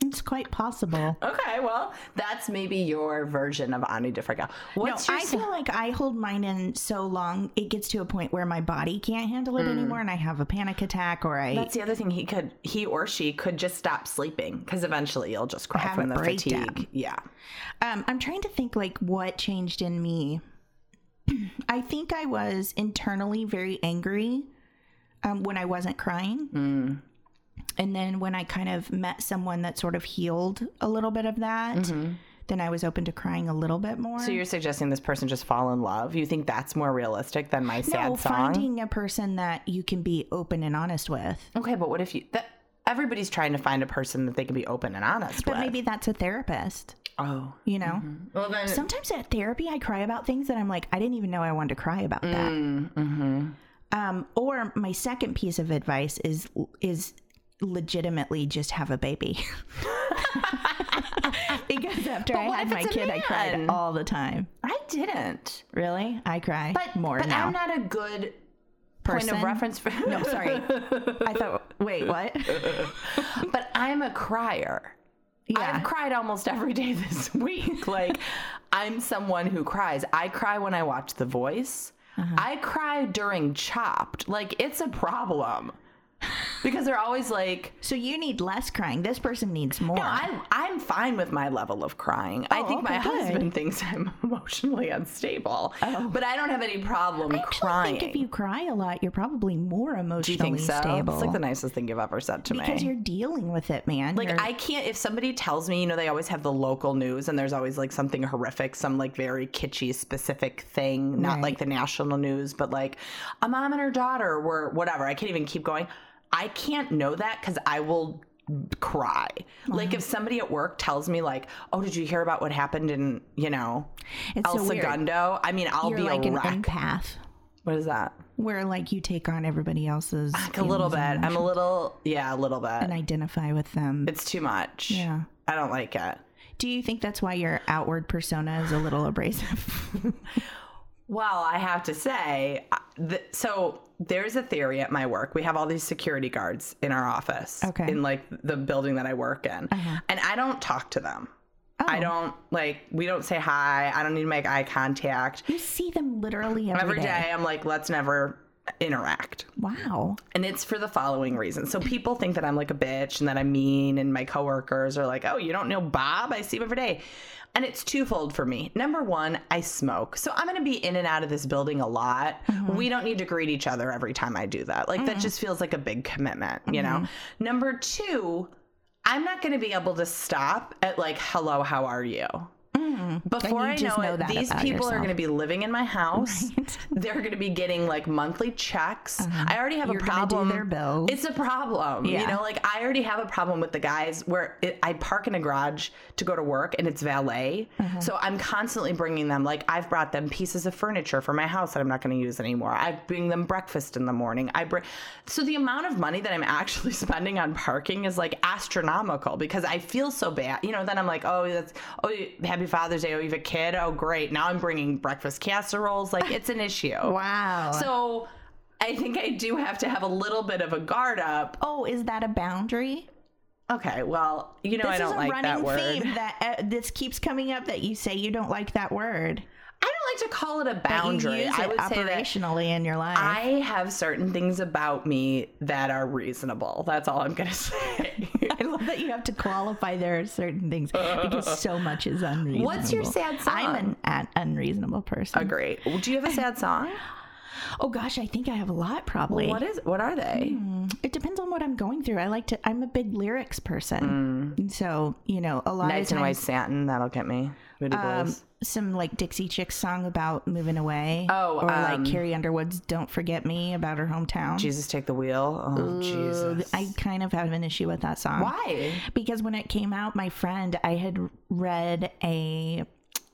Speaker 3: It's quite possible.
Speaker 2: Okay, well, that's maybe your version of I need to freak out. What's
Speaker 3: no,
Speaker 2: your
Speaker 3: I
Speaker 2: s-
Speaker 3: feel like I hold mine in so long it gets to a point where my body can't handle it anymore, and I have a panic attack or I
Speaker 2: Hmm. That's the other thing. He could, he or she could just stop sleeping because eventually you'll just cry
Speaker 3: Have
Speaker 2: from
Speaker 3: a
Speaker 2: the
Speaker 3: breakdown.
Speaker 2: fatigue. Yeah.
Speaker 3: um, I'm trying to think like what changed in me. I think I was internally very angry um, when I wasn't crying.
Speaker 2: Hmm.
Speaker 3: And then when I kind of met someone that sort of healed a little bit of that, then I was open to crying a little bit more.
Speaker 2: Mm-hmm. So you're suggesting this person just fall in love? You think that's more realistic than my sad
Speaker 3: no,
Speaker 2: song?
Speaker 3: finding a person that you can be open and honest with.
Speaker 2: okay, but what if you? That, everybody's trying to find a person that they can be open and honest
Speaker 3: But
Speaker 2: with.
Speaker 3: maybe that's a therapist,
Speaker 2: oh,
Speaker 3: you know?
Speaker 2: well then.
Speaker 3: Sometimes at therapy, I cry about things that I'm like, I didn't even know I wanted to cry about that.
Speaker 2: Mm, mm-hmm.
Speaker 3: Um, or my second piece of advice is is legitimately just have a baby. because after I
Speaker 2: what
Speaker 3: had
Speaker 2: if
Speaker 3: my
Speaker 2: it's a
Speaker 3: kid, I cried
Speaker 2: man?
Speaker 3: all the time.
Speaker 2: I didn't.
Speaker 3: Really, I cry
Speaker 2: But
Speaker 3: more
Speaker 2: But
Speaker 3: now.
Speaker 2: I'm not a good point
Speaker 3: Person?
Speaker 2: of reference for.
Speaker 3: no, sorry. I thought. Wait, what?
Speaker 2: but I'm a crier.
Speaker 3: Yeah.
Speaker 2: I've cried almost every day this week. Like, I'm someone who cries. I cry when I watch The Voice.
Speaker 3: Uh-huh.
Speaker 2: I cry during Chopped. Like, it's a problem because they're always like,
Speaker 3: So you need less crying. This person needs more.
Speaker 2: no, I, I'm fine with my level of crying. I
Speaker 3: Oh,
Speaker 2: think my
Speaker 3: okay, good. Oh.
Speaker 2: husband thinks I'm emotionally unstable, but I don't have any problem
Speaker 3: actually
Speaker 2: crying.
Speaker 3: think if you cry a lot, you're probably more
Speaker 2: Do
Speaker 3: emotionally
Speaker 2: you think so?
Speaker 3: stable.
Speaker 2: It's like the nicest thing you've ever said to me.
Speaker 3: because you're dealing with it, man.
Speaker 2: Like
Speaker 3: You're-
Speaker 2: I can't if somebody tells me, you know, they always have the local news and there's always like something horrific, some like very kitschy specific thing, not
Speaker 3: Right.
Speaker 2: like the national news, but like a mom and her daughter were whatever. I can't even keep going. I can't know that cuz I will cry. Like if somebody at work tells me like, "Oh, did you hear about what happened in, you know,
Speaker 3: It's
Speaker 2: El
Speaker 3: so weird.
Speaker 2: Segundo?" I mean, I'll
Speaker 3: you're
Speaker 2: be
Speaker 3: like
Speaker 2: a
Speaker 3: an
Speaker 2: wreck.
Speaker 3: empath
Speaker 2: what is that?
Speaker 3: where like you take on everybody else's
Speaker 2: Like a little bit. I'm a little yeah, a little bit.
Speaker 3: and identify with them.
Speaker 2: it's too much.
Speaker 3: Yeah.
Speaker 2: I don't like it.
Speaker 3: Do you think that's why your outward persona is a little abrasive?
Speaker 2: Well, I have to say, I- th- so there's a theory at my work. We have all these security guards in our office,
Speaker 3: Okay. Uh-huh.
Speaker 2: in like the building that I work in, and I don't talk to them.
Speaker 3: Oh.
Speaker 2: I don't like we don't say hi. I don't need to make eye contact.
Speaker 3: You see them literally every
Speaker 2: Every day I'm like, let's never interact.
Speaker 3: Wow.
Speaker 2: And it's for the following reason. So people think that I'm like a bitch and that I'm mean, and my coworkers are like, oh, you don't know Bob? I see him every day. And it's twofold for me. Number one, I smoke. So I'm going to be in and out of this building a lot.
Speaker 3: Mm-hmm.
Speaker 2: We don't need to greet each other every time I do that. Like, that just feels like a big commitment, you know?
Speaker 3: Mm-hmm.
Speaker 2: Number two, I'm not going to be able to stop at like, hello, how are you? Before
Speaker 3: Mm-hmm. you
Speaker 2: I know,
Speaker 3: just know
Speaker 2: it,
Speaker 3: that
Speaker 2: these
Speaker 3: about
Speaker 2: people are
Speaker 3: yourself.
Speaker 2: going to be living in my house. They're going to be getting like monthly checks. I already have
Speaker 3: Uh-huh. You're
Speaker 2: a
Speaker 3: gonna do
Speaker 2: problem.
Speaker 3: their bills.
Speaker 2: It's a problem.
Speaker 3: Yeah.
Speaker 2: You know, like I already have a problem with the guys where it, I park in a garage to go to work and it's valet. So I'm constantly bringing them, like, I've brought them pieces of furniture for my house that I'm not going to use anymore. I bring them breakfast in the morning. I bring. So the amount of money that I'm actually spending on parking is like astronomical because I feel so bad. You know, then I'm like, oh, that's, oh, you- happy Father's Day. Oh, you have a kid. Oh, great. Now I'm bringing breakfast casseroles. Like, it's an issue.
Speaker 3: Wow. So
Speaker 2: So I think I do have to have a little bit of a guard up.
Speaker 3: oh, is that a boundary?
Speaker 2: Okay, well, you know
Speaker 3: this
Speaker 2: I
Speaker 3: is
Speaker 2: don't
Speaker 3: a
Speaker 2: like
Speaker 3: running
Speaker 2: that word.
Speaker 3: theme that uh, this keeps coming up that you say you don't like that word.
Speaker 2: I don't like to call it a
Speaker 3: but you
Speaker 2: boundary.
Speaker 3: use
Speaker 2: I
Speaker 3: it
Speaker 2: would say that
Speaker 3: operationally in your life.
Speaker 2: I have certain things about me that are reasonable. That's all I'm going to say.
Speaker 3: I love that you have to qualify there are certain things because so much is unreasonable.
Speaker 2: What's your sad
Speaker 3: I'm
Speaker 2: song?
Speaker 3: an, an unreasonable person.
Speaker 2: Great. Do you have a sad song?
Speaker 3: Oh gosh, I think I have a lot probably.
Speaker 2: What is? What are they?
Speaker 3: it depends on what I'm going through. I like to. I'm a big lyrics person,
Speaker 2: Mm.
Speaker 3: and so you know a lot
Speaker 2: Nights
Speaker 3: of
Speaker 2: in white
Speaker 3: times
Speaker 2: satin. That'll get me. Moody
Speaker 3: um,
Speaker 2: blues.
Speaker 3: some like Dixie Chicks song about moving away.
Speaker 2: Oh,
Speaker 3: or
Speaker 2: um,
Speaker 3: like Carrie Underwood's "Don't Forget Me" about her hometown.
Speaker 2: Jesus take the wheel. Oh
Speaker 3: Mm, Ugh,
Speaker 2: Jesus.
Speaker 3: I kind of have an issue with that song.
Speaker 2: Why?
Speaker 3: Because when it came out, my friend, I had read a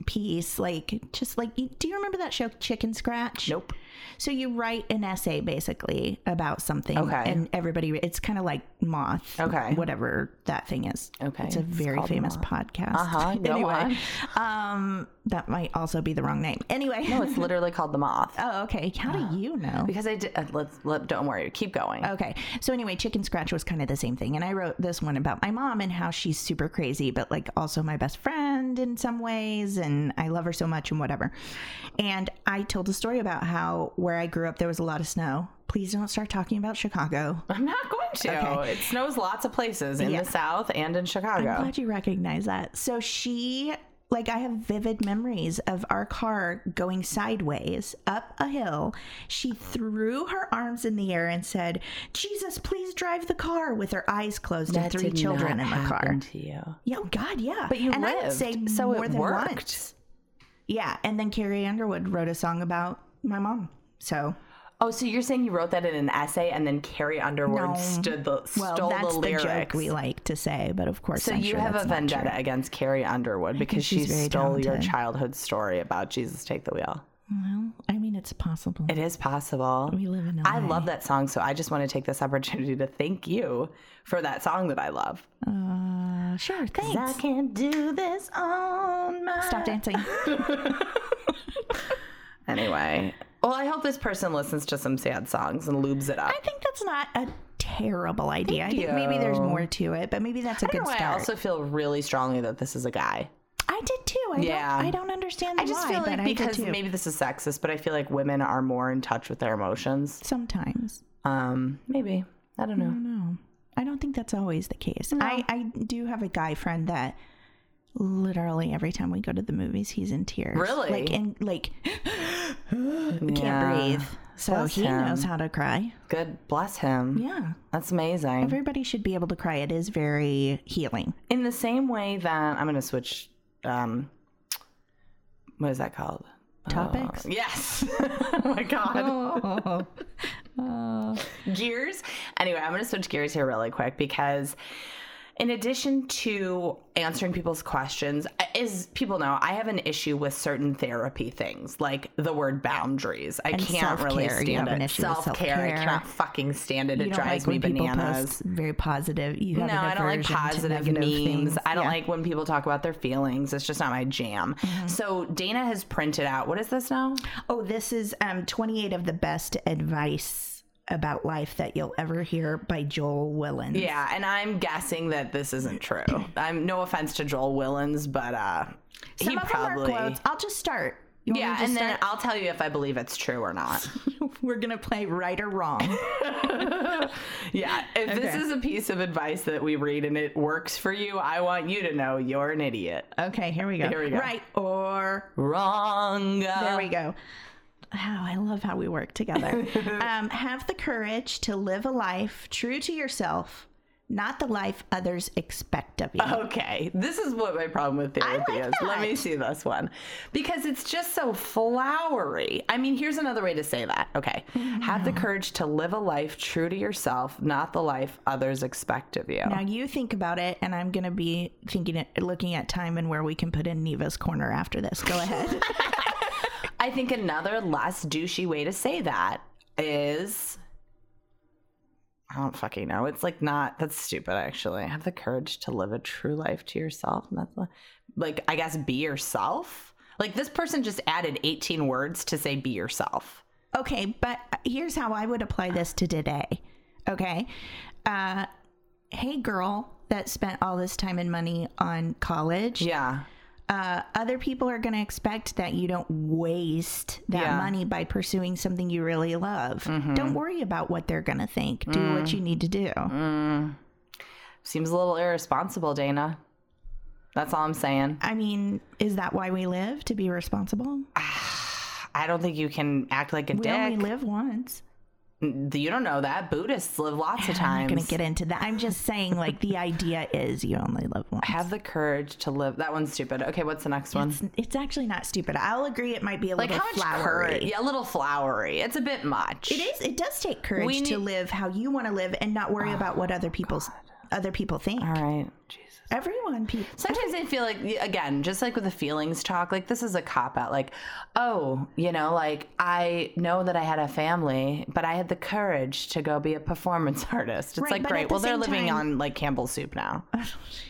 Speaker 3: piece like just like do you remember that show Chicken Scratch?
Speaker 2: Nope.
Speaker 3: So you write an essay basically about something,
Speaker 2: Okay.
Speaker 3: and everybody it's kind of like Moth,
Speaker 2: Okay.
Speaker 3: whatever that thing is.
Speaker 2: Okay.
Speaker 3: it's a
Speaker 2: It's
Speaker 3: very
Speaker 2: called
Speaker 3: famous
Speaker 2: Moth.
Speaker 3: podcast.
Speaker 2: Uh-huh, go
Speaker 3: anyway, um, that might also be the wrong name. Anyway,
Speaker 2: No, it's Uh, literally called the moth.
Speaker 3: oh okay. How do you know?
Speaker 2: Because I did. Uh, let's. Let, don't worry. Keep going.
Speaker 3: Okay. So anyway, Chicken Scratch was kind of the same thing. And I wrote this one about my mom and how she's super crazy, but like also my best friend in some ways. And I love her so much and whatever. And I told a story about how where I grew up, there was a lot of snow. Please don't start talking about Chicago.
Speaker 2: I'm not going to.
Speaker 3: Okay.
Speaker 2: It snows lots of places in
Speaker 3: Yeah.
Speaker 2: the South and in
Speaker 3: I'm
Speaker 2: Chicago.
Speaker 3: glad you recognize that. So she, like, I have vivid memories of our car going sideways up a hill. She threw her arms in the air and said, Jesus, please drive the car with her eyes closed and three
Speaker 2: did
Speaker 3: children
Speaker 2: not
Speaker 3: in the car.
Speaker 2: happen to you.
Speaker 3: Yeah, oh God, yeah.
Speaker 2: But you
Speaker 3: and I would
Speaker 2: lived,
Speaker 3: say
Speaker 2: so
Speaker 3: more
Speaker 2: it
Speaker 3: than
Speaker 2: worked.
Speaker 3: once. Yeah, and then Carrie Underwood wrote a song about my mom. So
Speaker 2: Oh, so you're saying you wrote that in an essay, and then Carrie Underwood
Speaker 3: No.
Speaker 2: stood the
Speaker 3: well,
Speaker 2: stole
Speaker 3: that's
Speaker 2: the
Speaker 3: the,
Speaker 2: lyrics.
Speaker 3: joke we like to say, but of course,
Speaker 2: so
Speaker 3: I'm
Speaker 2: you
Speaker 3: sure
Speaker 2: have a
Speaker 3: that's not true.
Speaker 2: vendetta against Carrie Underwood because she
Speaker 3: she's very
Speaker 2: stole your
Speaker 3: talented.
Speaker 2: childhood story about Jesus Take the Wheel.
Speaker 3: Well, I mean, it's possible.
Speaker 2: It is possible.
Speaker 3: we live in.
Speaker 2: I
Speaker 3: LA.
Speaker 2: love that song, so I just want to take this opportunity to thank you for that song that I love.
Speaker 3: Uh, sure, thanks.
Speaker 2: can't do this on my
Speaker 3: Stop dancing.
Speaker 2: Anyway, well, I hope this person listens to some sad songs and lubes it up.
Speaker 3: I think that's not a terrible idea. I think maybe
Speaker 2: you.
Speaker 3: there's more to it, but maybe that's a
Speaker 2: I,
Speaker 3: good
Speaker 2: don't know why I
Speaker 3: start.
Speaker 2: also feel really strongly that this is a guy.
Speaker 3: I did too. I
Speaker 2: Yeah.
Speaker 3: don't. I don't understand. The
Speaker 2: I just
Speaker 3: why,
Speaker 2: feel
Speaker 3: but
Speaker 2: like
Speaker 3: I did
Speaker 2: because
Speaker 3: too.
Speaker 2: maybe this is sexist, but I feel like women are more in touch with their emotions.
Speaker 3: sometimes.
Speaker 2: Um, maybe I don't know.
Speaker 3: No, I don't think that's always the case. I, I do have a guy friend that literally every time we go to the movies, he's in tears.
Speaker 2: Really?
Speaker 3: Like and like
Speaker 2: Yeah.
Speaker 3: can't breathe. So
Speaker 2: Bless
Speaker 3: he
Speaker 2: him.
Speaker 3: knows how to cry.
Speaker 2: Good, bless him.
Speaker 3: Yeah.
Speaker 2: That's amazing.
Speaker 3: Everybody should be able to cry. It is very healing.
Speaker 2: in the same way that I'm going to switch. Um, what is that called?
Speaker 3: Topics?
Speaker 2: Uh, yes. oh my god.
Speaker 3: Oh.
Speaker 2: gears. Anyway, I'm going to switch gears here really quick because in addition to answering people's questions, as people know, I have an issue with certain therapy things, like the word boundaries. I
Speaker 3: And
Speaker 2: can't really
Speaker 3: self-care. You
Speaker 2: stand
Speaker 3: have an
Speaker 2: it.
Speaker 3: issue with
Speaker 2: Self care, I
Speaker 3: self-care.
Speaker 2: cannot fucking stand it.
Speaker 3: You
Speaker 2: it
Speaker 3: don't
Speaker 2: drives
Speaker 3: like when
Speaker 2: me
Speaker 3: people
Speaker 2: bananas.
Speaker 3: post very positive. You have
Speaker 2: No,
Speaker 3: an
Speaker 2: I don't like
Speaker 3: aversion to
Speaker 2: positive memes.
Speaker 3: negative things.
Speaker 2: I don't
Speaker 3: Yeah. Mm-hmm.
Speaker 2: like when people talk about their feelings. It's just not my jam. So Dana has printed out what is this now?
Speaker 3: Oh, this is um 28 of the best advice about life that you'll ever hear by Joel Willens.
Speaker 2: Yeah, and I'm guessing that this isn't true. I'm no offense to Joel Willens, but uh
Speaker 3: Some
Speaker 2: he
Speaker 3: of
Speaker 2: probably
Speaker 3: them are quotes. I'll just start. You want me
Speaker 2: Yeah,
Speaker 3: to
Speaker 2: and then
Speaker 3: start?
Speaker 2: I'll tell you if I believe it's true or not.
Speaker 3: we're gonna play right or wrong.
Speaker 2: yeah, if this
Speaker 3: Okay.
Speaker 2: is a piece of advice that we read and it works for you, I want you to know you're an idiot.
Speaker 3: okay, here we go.
Speaker 2: Here we go.
Speaker 3: Right or
Speaker 2: Wrong.
Speaker 3: there we go. Oh, I love how we work together. um, have the courage to live a life true to yourself, not the life others expect of you.
Speaker 2: Okay, this is what my problem with therapy
Speaker 3: like
Speaker 2: is. Let
Speaker 3: that.
Speaker 2: me see this one. Because it's just so flowery. I mean, here's another way to say that. Okay. Have the
Speaker 3: Mm-hmm.
Speaker 2: courage to live a life true to yourself, not the life others expect of you.
Speaker 3: Now you think about it, and I'm gonna be thinking, it, looking at time and where we can put in Neva's corner after this. Go ahead.
Speaker 2: I think another less douchey way to say that is I don't fucking know. It's like not that's stupid actually. Have the courage to live a true life to yourself. Not the, like I guess be yourself. Like this person just added 18 words to say be yourself.
Speaker 3: Okay, but here's how I would apply this to today. Okay. Uh, hey, girl that spent all this time and money on college.
Speaker 2: Yeah.
Speaker 3: Uh, other people are going to expect that you don't waste that
Speaker 2: Yeah. Mm-hmm.
Speaker 3: money by pursuing something you really love. Don't worry about what they're going to think. Do
Speaker 2: Mm.
Speaker 3: what you need to do.
Speaker 2: Seems a little irresponsible, Dana. That's all I'm saying.
Speaker 3: I mean, is that why we live? To be responsible?
Speaker 2: I don't think you can act like a
Speaker 3: We only
Speaker 2: dick.
Speaker 3: live once.
Speaker 2: you don't know that. Buddhists live lots of
Speaker 3: I'm
Speaker 2: times.
Speaker 3: not going to get into that. I'm just saying, like, the idea is you only live once.
Speaker 2: Have the courage to live. That one's stupid. Okay, what's the next one?
Speaker 3: it's, it's actually not stupid. I'll agree it might be a
Speaker 2: Like
Speaker 3: little
Speaker 2: how much
Speaker 3: flowery.
Speaker 2: courage? Yeah, a little flowery. It's a bit much.
Speaker 3: It is. It does take courage
Speaker 2: We
Speaker 3: to
Speaker 2: need- Oh
Speaker 3: live how you want to live and not worry about what other people's other people think.
Speaker 2: All right. Jesus.
Speaker 3: Everyone, people.
Speaker 2: Sometimes I feel like, again, just like with the feelings talk, like this is a cop out. Like, oh, you know, like I know that I had a family, but I had the courage to go be a performance artist. It's
Speaker 3: Right,
Speaker 2: like,
Speaker 3: but at
Speaker 2: great.
Speaker 3: the
Speaker 2: well, they're
Speaker 3: same
Speaker 2: living
Speaker 3: time- Oh,
Speaker 2: on like Campbell's soup now.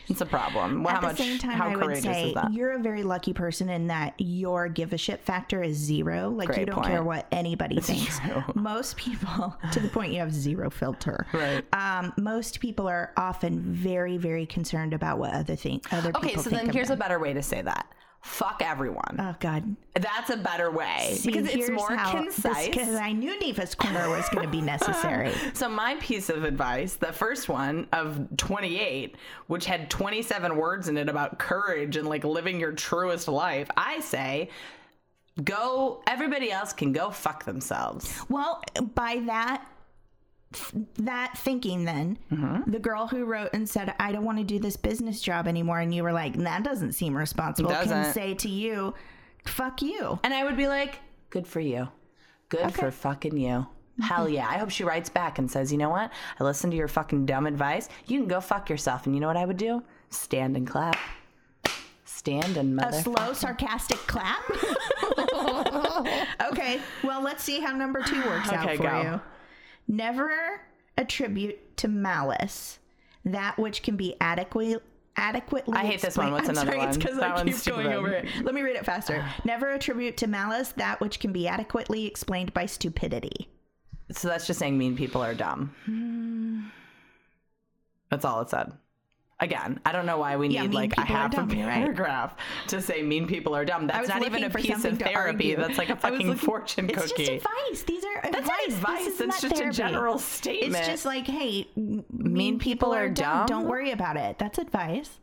Speaker 2: it's a problem. Well,
Speaker 3: At
Speaker 2: how
Speaker 3: the
Speaker 2: much,
Speaker 3: same time,
Speaker 2: how
Speaker 3: I would
Speaker 2: courageous
Speaker 3: say
Speaker 2: is that?
Speaker 3: you're a very lucky person in that your give a shit factor is zero. Like you
Speaker 2: Great
Speaker 3: don't
Speaker 2: point.
Speaker 3: care what anybody thinks.
Speaker 2: true.
Speaker 3: Most people, to the point you have zero filter.
Speaker 2: Right.
Speaker 3: Um, most people are often very, very concerned about what other think other
Speaker 2: Okay,
Speaker 3: people
Speaker 2: so
Speaker 3: think.
Speaker 2: then
Speaker 3: of
Speaker 2: here's a
Speaker 3: them.
Speaker 2: better way to say that. Fuck everyone.
Speaker 3: Oh God!
Speaker 2: That's a better way because it's more concise.
Speaker 3: Because I knew Neva's corner was going to be necessary.
Speaker 2: So my piece of advice, the first one of 28, which had 27 words in it about courage and like living your truest life, I say go everybody else can go fuck themselves.
Speaker 3: Well, by that that thinking, then the girl who wrote and said, "I don't want to do this business job anymore," and you were like, "That doesn't seem responsible,"
Speaker 2: Doesn't.
Speaker 3: can say to you, "Fuck you."
Speaker 2: And I would be like, good for you. Good for fucking you. Hell yeah. I hope she writes back and says, you know what? I listened to your fucking dumb advice. You can go fuck yourself. And you know what I would do? Stand and clap. Stand and
Speaker 3: A
Speaker 2: mother.
Speaker 3: slow, sarcastic clap. okay, well, let's see how number two works
Speaker 2: Okay,
Speaker 3: out for
Speaker 2: go.
Speaker 3: you. Never attribute to malice that which can be adequately adequately.
Speaker 2: I hate this one.
Speaker 3: explained-
Speaker 2: What's
Speaker 3: I'm
Speaker 2: another
Speaker 3: sorry, It's
Speaker 2: one?
Speaker 3: because
Speaker 2: That
Speaker 3: I
Speaker 2: one's
Speaker 3: keep going
Speaker 2: stupid.
Speaker 3: over it. Let me read it faster. Never attribute to malice that which can be adequately explained by stupidity.
Speaker 2: So that's just saying mean people are dumb. That's all it said. Again, I don't know why we
Speaker 3: Yeah,
Speaker 2: need
Speaker 3: mean
Speaker 2: like a
Speaker 3: people are
Speaker 2: half
Speaker 3: dumb,
Speaker 2: a
Speaker 3: you're right.
Speaker 2: paragraph to say mean people are dumb.
Speaker 3: I
Speaker 2: That's
Speaker 3: was
Speaker 2: not even
Speaker 3: looking
Speaker 2: a
Speaker 3: for
Speaker 2: piece
Speaker 3: something
Speaker 2: of
Speaker 3: to
Speaker 2: therapy.
Speaker 3: argue.
Speaker 2: That's like a
Speaker 3: I was
Speaker 2: fucking
Speaker 3: looking-
Speaker 2: fortune
Speaker 3: it's
Speaker 2: cookie.
Speaker 3: just advice. These are advice.
Speaker 2: That's not
Speaker 3: This
Speaker 2: advice.
Speaker 3: is
Speaker 2: It's
Speaker 3: not
Speaker 2: just a
Speaker 3: therapy.
Speaker 2: general
Speaker 3: It's
Speaker 2: statement.
Speaker 3: just like, hey, mean,
Speaker 2: Mean people are dumb?
Speaker 3: Don't worry about it. That's advice.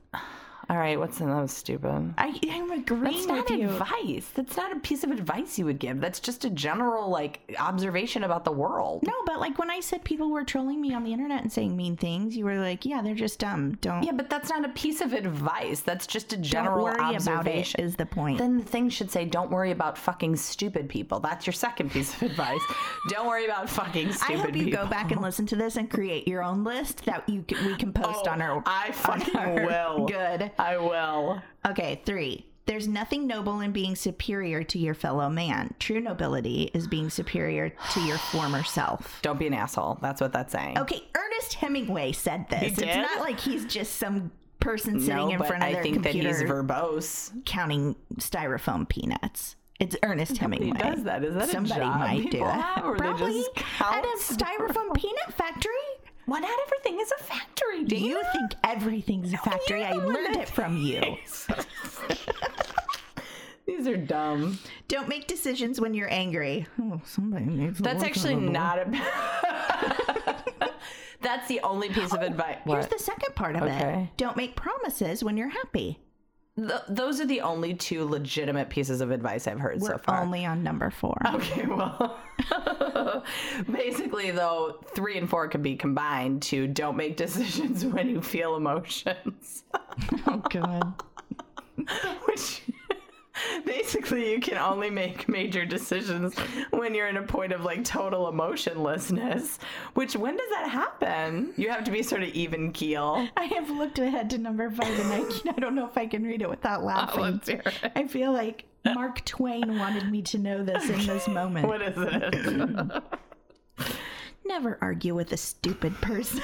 Speaker 2: all right, what's another stupid?
Speaker 3: I, I'm agreeing
Speaker 2: That's not
Speaker 3: with you.
Speaker 2: advice. That's not a piece of advice you would give. That's just a general like observation about the world.
Speaker 3: No, but like when I said people were trolling me on the internet and saying mean things, you were like, yeah, they're just dumb. Don't,
Speaker 2: Yeah, but that's not a piece of advice. That's just a
Speaker 3: don't
Speaker 2: general
Speaker 3: worry about it,
Speaker 2: observation.
Speaker 3: is the point.
Speaker 2: then the thing should say, "Don't worry about fucking stupid people." That's your second piece of advice. Don't worry about fucking
Speaker 3: I
Speaker 2: stupid
Speaker 3: hope you
Speaker 2: people.
Speaker 3: go back and listen to this and create your own list that you can, we can post
Speaker 2: Oh,
Speaker 3: on our.
Speaker 2: I fucking
Speaker 3: our-
Speaker 2: will.
Speaker 3: Good.
Speaker 2: I will.
Speaker 3: Okay, three. There's nothing noble in being superior to your fellow man. True nobility is being superior to your former self.
Speaker 2: Don't be an asshole. That's what that's saying.
Speaker 3: Okay, Ernest Hemingway said this. It's
Speaker 2: did?
Speaker 3: not like he's just some person sitting
Speaker 2: No,
Speaker 3: in
Speaker 2: but
Speaker 3: front of
Speaker 2: I
Speaker 3: their
Speaker 2: think
Speaker 3: computer
Speaker 2: that he's verbose.
Speaker 3: counting styrofoam peanuts. It's Ernest
Speaker 2: Nobody
Speaker 3: Hemingway.
Speaker 2: does that. Is that a
Speaker 3: Somebody
Speaker 2: job
Speaker 3: might do
Speaker 2: people
Speaker 3: it.
Speaker 2: have, or they
Speaker 3: Probably
Speaker 2: just count
Speaker 3: at a styrofoam peanut factory.
Speaker 2: Well, not everything is a factory, Dana.
Speaker 3: You think everything's a factory? I
Speaker 2: the one
Speaker 3: learned
Speaker 2: that
Speaker 3: it from you.
Speaker 2: These are dumb.
Speaker 3: Don't make decisions when you're angry. Oh, somebody needs. to
Speaker 2: That's
Speaker 3: work
Speaker 2: actually
Speaker 3: on the-
Speaker 2: not a. That's the only piece of advice.
Speaker 3: Here's the second part of
Speaker 2: Okay.
Speaker 3: it. Don't make promises when you're happy.
Speaker 2: Th- those are the only two legitimate pieces of advice I've heard
Speaker 3: We're
Speaker 2: so far.
Speaker 3: only on number four.
Speaker 2: Okay, well, basically, though, three and four can be combined to don't make decisions when you feel emotions,
Speaker 3: Oh God.
Speaker 2: which basically you can only make major decisions when you're in a point of like total emotionlessness. Which, when does that happen? You have to be sort of even keel.
Speaker 3: I have looked ahead to number five, and I, I don't know if I can read it without laughing. I feel like Mark Twain wanted me to know this in this moment.
Speaker 2: What is it?
Speaker 3: Never argue with a stupid person.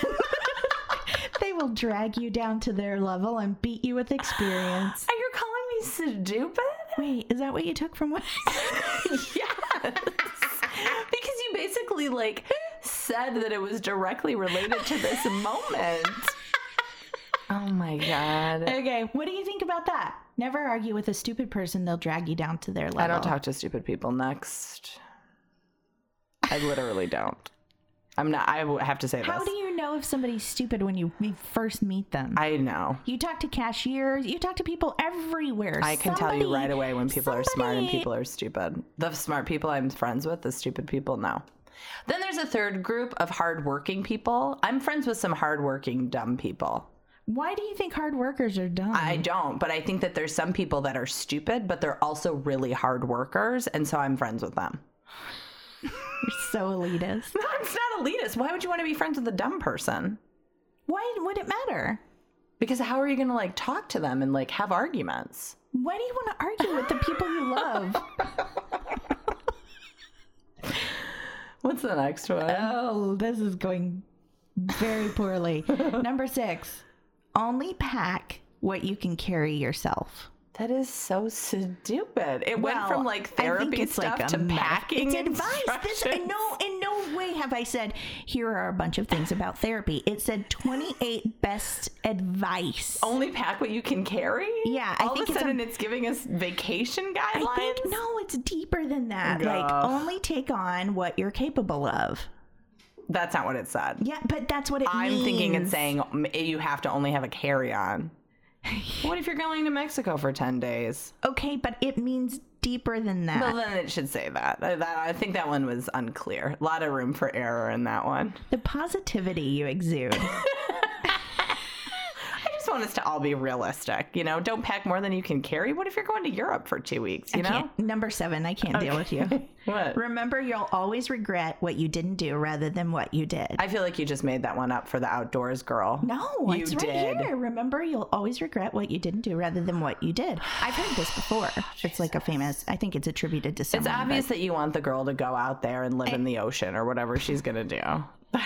Speaker 3: they will drag you down to their level and beat you with experience.
Speaker 2: Are you calling me stupid?
Speaker 3: Wait, is that what you took from what?
Speaker 2: yes. because you basically like said that it was directly related to this moment. Oh my god.
Speaker 3: okay, what do you think about that? Never argue with a stupid person. They'll drag you down to their level.
Speaker 2: I don't talk to stupid people next. I literally don't. I'm not I w- have to say
Speaker 3: How
Speaker 2: this.
Speaker 3: do you know know if somebody's stupid when you you first meet them.
Speaker 2: I know.
Speaker 3: you talk to cashiers. You talk to people everywhere.
Speaker 2: I can tell you
Speaker 3: Somebody-
Speaker 2: right away when people are smart and
Speaker 3: somebody-
Speaker 2: people are stupid. The smart people I'm friends with, the stupid people, no. Then there's a third group of hardworking people. I'm friends with some hardworking dumb people.
Speaker 3: Why do you think hard workers are dumb?
Speaker 2: I don't, but I think that there's some people that are stupid, but they're also really hard workers, and so I'm friends with them.
Speaker 3: You're so elitist.
Speaker 2: No, it's not elitist. Why would you want to be friends with a dumb person?
Speaker 3: Why would it matter?
Speaker 2: Because how are you going to like talk to them and like have arguments?
Speaker 3: Why do you want to argue with the people you love?
Speaker 2: What's the next one?
Speaker 3: oh, this is going very poorly. Number six, only pack what you can carry yourself.
Speaker 2: that is so stupid. It went
Speaker 3: Well,
Speaker 2: from like
Speaker 3: I think
Speaker 2: therapy
Speaker 3: it's
Speaker 2: stuff
Speaker 3: like a
Speaker 2: to
Speaker 3: meth-
Speaker 2: packing
Speaker 3: It's advice. This, in
Speaker 2: instructions.
Speaker 3: no, in no way have I said here are a bunch of things about therapy. It said twenty eight best advice.
Speaker 2: Only pack what you can carry.
Speaker 3: Yeah, I
Speaker 2: all
Speaker 3: think
Speaker 2: of
Speaker 3: it's
Speaker 2: a
Speaker 3: a-
Speaker 2: sudden it's, giving us vacation guidelines.
Speaker 3: I think no, it's deeper than that. Like
Speaker 2: Ugh.
Speaker 3: only take on what you're capable of.
Speaker 2: That's not what it said.
Speaker 3: Yeah, but that's what it
Speaker 2: I'm thinking it's
Speaker 3: means.
Speaker 2: saying um, you have to only have a carry on. what if you're going to Mexico for 10 days?
Speaker 3: Okay, but it means deeper than that.
Speaker 2: Well, then it should say that. Uh, that. I think that one was unclear. A lot of room for error in that one.
Speaker 3: the positivity you exude.
Speaker 2: I just want us to all be realistic. You know, don't pack more than you can carry. What if you're going to Europe for two weeks? You know?
Speaker 3: Can't- number seven, I can't deal with you.
Speaker 2: What?
Speaker 3: Remember, you'll always regret what you didn't do rather than what you did.
Speaker 2: I feel like you just made that one up for the outdoors girl.
Speaker 3: no,
Speaker 2: You
Speaker 3: it's right
Speaker 2: did.
Speaker 3: here. Remember, you'll always regret what you didn't do rather than what you did. I've heard this before. it's like a famous. I think it's attributed to
Speaker 2: It's
Speaker 3: someone. but-
Speaker 2: obvious that you want the girl to go out there and live in the ocean or whatever she's going to do.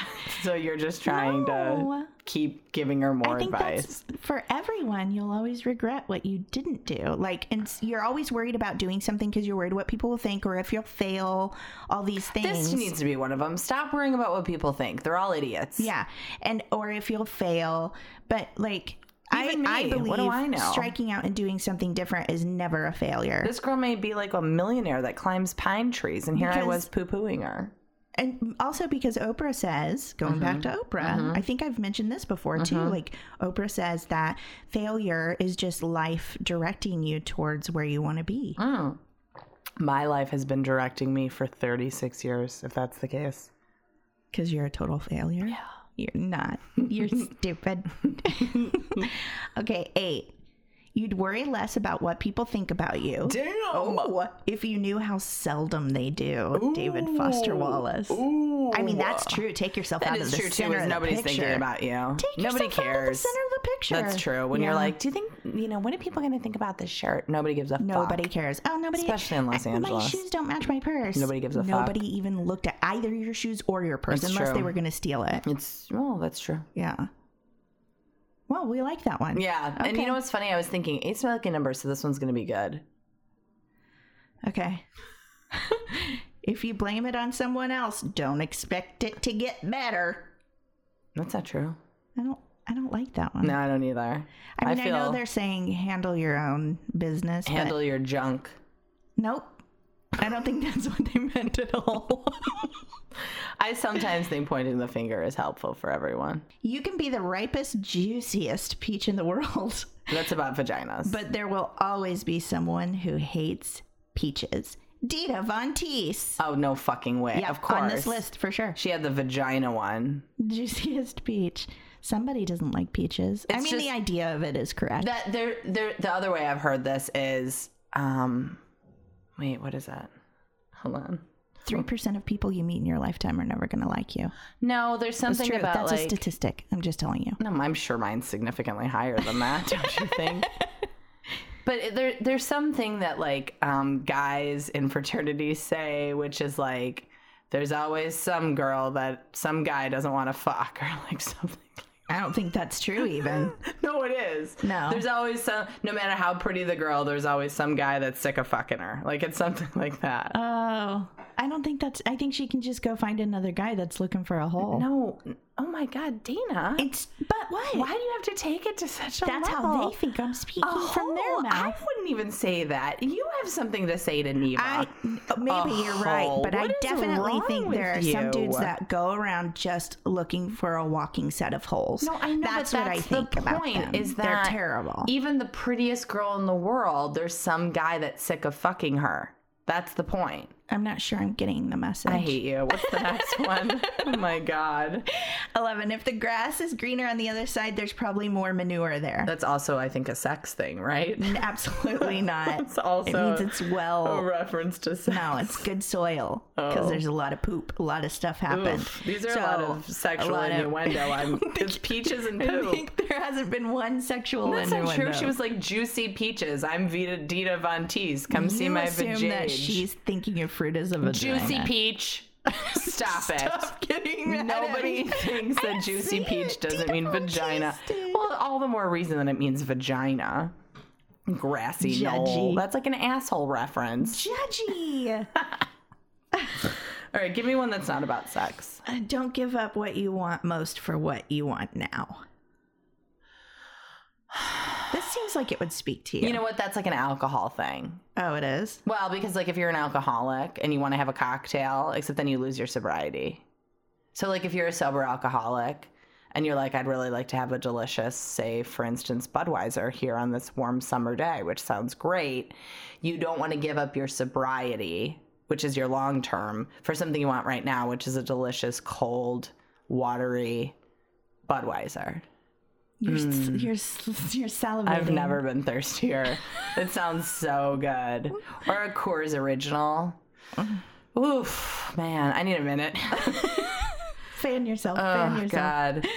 Speaker 2: so you're just trying
Speaker 3: No.
Speaker 2: to keep giving her more
Speaker 3: I think
Speaker 2: advice.
Speaker 3: that's for everyone. You'll always regret what you didn't do. Like, and s- you're always worried about doing something because you're worried what people will think or if you'll fail. All these things.
Speaker 2: This needs to be one of them. Stop worrying about what people think. They're all idiots.
Speaker 3: Yeah, and or if you'll fail, but like
Speaker 2: Even
Speaker 3: I, I
Speaker 2: me,
Speaker 3: believe
Speaker 2: what do I know?
Speaker 3: striking out and doing something different is never a failure.
Speaker 2: This girl may be like a millionaire that climbs pine trees, and here I
Speaker 3: Because-
Speaker 2: was poo pooing her.
Speaker 3: and also because Oprah says, going back to
Speaker 2: Mm-hmm.
Speaker 3: Oprah, I think I've mentioned this before too. Like Oprah says that failure is just life directing you towards where you want to be.
Speaker 2: My life has been directing me for 36 years, if that's the case.
Speaker 3: because you're a total failure. Yeah. You're not. You're stupid. okay, eight. You'd worry less about what people think about you.
Speaker 2: Damn.
Speaker 3: Oh, if you knew how seldom they do, David Foster Wallace.
Speaker 2: Ooh.
Speaker 3: I mean, that's true. Take yourself out
Speaker 2: That
Speaker 3: of
Speaker 2: is
Speaker 3: the
Speaker 2: true too.
Speaker 3: center
Speaker 2: Is
Speaker 3: of the
Speaker 2: nobody's
Speaker 3: picture.
Speaker 2: thinking about you.
Speaker 3: Take
Speaker 2: Nobody
Speaker 3: yourself Out of the
Speaker 2: cares.
Speaker 3: center of the picture.
Speaker 2: That's true. When you're
Speaker 3: Yeah.
Speaker 2: like, do you think you know what are people going to think about this shirt? Nobody gives a
Speaker 3: Nobody
Speaker 2: fuck.
Speaker 3: cares. Oh, nobody.
Speaker 2: Especially in Los
Speaker 3: I-
Speaker 2: Angeles.
Speaker 3: My shoes don't match my purse.
Speaker 2: Nobody gives a fuck.
Speaker 3: Nobody even looked at either your shoes or your purse
Speaker 2: It's
Speaker 3: unless
Speaker 2: true.
Speaker 3: they were going to steal it.
Speaker 2: It's oh, that's true.
Speaker 3: Yeah. Well, we like that one.
Speaker 2: Yeah, and you
Speaker 3: Okay.
Speaker 2: know what's funny? I was thinking eight's my lucky number, so this one's going to be good.
Speaker 3: Okay. if you blame it on someone else, don't expect it to get better.
Speaker 2: That's not true.
Speaker 3: I don't. I don't like that one.
Speaker 2: No, Mm. I don't either.
Speaker 3: I mean, I,
Speaker 2: feel
Speaker 3: know they're saying handle your own business.
Speaker 2: handle your junk.
Speaker 3: But nope. I don't think that's what they meant at all.
Speaker 2: I sometimes think pointing the finger is helpful for everyone.
Speaker 3: you can be the ripest, juiciest peach in the world,
Speaker 2: That's about vaginas.
Speaker 3: but there will always be someone who hates peaches. Dita Von Teese.
Speaker 2: oh no, fucking way!
Speaker 3: Yeah,
Speaker 2: of course,
Speaker 3: On this list for sure.
Speaker 2: she had the vagina one.
Speaker 3: juiciest peach. Somebody doesn't like peaches. I
Speaker 2: It's
Speaker 3: mean,
Speaker 2: just-
Speaker 3: the idea of it is correct.
Speaker 2: That there, there. The other way I've heard this is, um, wait, what is that? Hold on.
Speaker 3: Three percent of people you meet in your lifetime are never going to like you.
Speaker 2: No, there's
Speaker 3: It's
Speaker 2: something
Speaker 3: true.
Speaker 2: about
Speaker 3: That's a
Speaker 2: like.
Speaker 3: statistic. I'm just telling you.
Speaker 2: No, I'm sure mine's significantly higher than that, don't you think? But it- there, there's something that like um, guys in fraternities say, which is like, there's always some girl that some guy doesn't want to fuck or like something.
Speaker 3: I don't think that's true. Even
Speaker 2: No, it is.
Speaker 3: No.
Speaker 2: there's always some. No matter how pretty the girl, there's always some guy that's sick of fucking her. Like it's something like that.
Speaker 3: oh, I don't think that's. I think she can just go find another guy that's looking for a hole.
Speaker 2: no. Oh my God, Dana.
Speaker 3: it's but what?
Speaker 2: why do you have to take it to such a
Speaker 3: That's
Speaker 2: level?
Speaker 3: how they think I'm speaking
Speaker 2: a
Speaker 3: from their
Speaker 2: hole?
Speaker 3: mouth.
Speaker 2: Oh, I would wouldn't even say that. You have something to say to Neva.
Speaker 3: I maybe you're right,
Speaker 2: Oh,
Speaker 3: but I
Speaker 2: what is
Speaker 3: definitely
Speaker 2: wrong
Speaker 3: think there are
Speaker 2: with
Speaker 3: some dudes
Speaker 2: you?
Speaker 3: that go around just looking for a walking set of holes.
Speaker 2: No, I know.
Speaker 3: That's,
Speaker 2: but
Speaker 3: what I
Speaker 2: that's
Speaker 3: think
Speaker 2: the
Speaker 3: about
Speaker 2: point
Speaker 3: them.
Speaker 2: Is that e-
Speaker 3: they're terrible.
Speaker 2: Even the prettiest girl in the world, there's some guy that's sick of fucking her. That's the point.
Speaker 3: I'm not sure I'm getting the message.
Speaker 2: I hate you. What's the next one? Oh my god.
Speaker 3: 11. If the grass is greener on the other side, there's probably more manure there.
Speaker 2: That's also, I think, a sex thing, right?
Speaker 3: Absolutely not.
Speaker 2: It's also
Speaker 3: it means it's
Speaker 2: a
Speaker 3: well.
Speaker 2: reference to sex.
Speaker 3: No, it's good soil because
Speaker 2: Oh.
Speaker 3: there's a lot of poop. A lot of stuff happened.
Speaker 2: Oof, these are
Speaker 3: So,
Speaker 2: a lot of sexual
Speaker 3: lot of-
Speaker 2: innuendo. I'm, it's peaches and
Speaker 3: I
Speaker 2: poop.
Speaker 3: think there hasn't been one sexual
Speaker 2: That's not
Speaker 3: innuendo.
Speaker 2: true. She was like juicy peaches. I'm Vita Dita Von Teese. Come see
Speaker 3: You
Speaker 2: my
Speaker 3: assume
Speaker 2: vajayge."
Speaker 3: that she's thinking of fruit as a vagina.
Speaker 2: juicy peach. Stop it.
Speaker 3: Stop getting mad at
Speaker 2: Nobody
Speaker 3: me.
Speaker 2: thinks
Speaker 3: I
Speaker 2: that juicy
Speaker 3: see
Speaker 2: peach
Speaker 3: it.
Speaker 2: doesn't
Speaker 3: Dita
Speaker 2: mean
Speaker 3: Von
Speaker 2: vagina.
Speaker 3: Teese did.
Speaker 2: Well, all the more reason that it means vagina. Grassy knoll.
Speaker 3: Judgy.
Speaker 2: That's like an asshole reference.
Speaker 3: Judgy.
Speaker 2: All right, give me one that's not about sex.
Speaker 3: Uh, Don't give up what you want most for what you want now. This seems like it would speak to you.
Speaker 2: You know what? That's like an alcohol thing.
Speaker 3: oh, it is.
Speaker 2: Well, because like if you're an alcoholic and you want to have a cocktail, except then you lose your sobriety. So like if you're a sober alcoholic and you're like, I'd really like to have a delicious, say, for instance, Budweiser here on this warm summer day, which sounds great. You don't want to give up your sobriety, which is your long term, for something you want right now, which is a delicious, cold, watery Budweiser.
Speaker 3: You're s you're s- you're salivating.
Speaker 2: Hmm. I've never been thirstier. It sounds so good. Or a Coors Original. Oof, man, I need a minute.
Speaker 3: fan yourself. fan
Speaker 2: oh
Speaker 3: yourself.
Speaker 2: God.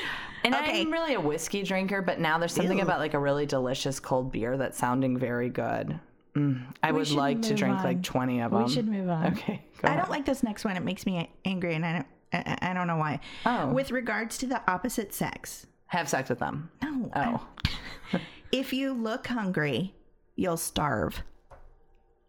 Speaker 2: And
Speaker 3: Okay.
Speaker 2: I'm really a whiskey drinker, but now there's something
Speaker 3: Ew.
Speaker 2: about like a really delicious cold beer that's sounding very good. Mm, I
Speaker 3: We
Speaker 2: would
Speaker 3: should
Speaker 2: like to
Speaker 3: move
Speaker 2: drink
Speaker 3: on.
Speaker 2: like 20 of them.
Speaker 3: We should move on.
Speaker 2: Okay, go
Speaker 3: I
Speaker 2: ahead.
Speaker 3: don't like this next one. It makes me angry, and I don't. I, I I don't know why.
Speaker 2: Oh.
Speaker 3: With regards to the opposite sex.
Speaker 2: have sex with them.
Speaker 3: No. I-
Speaker 2: Oh,
Speaker 3: If you look hungry, you'll starve.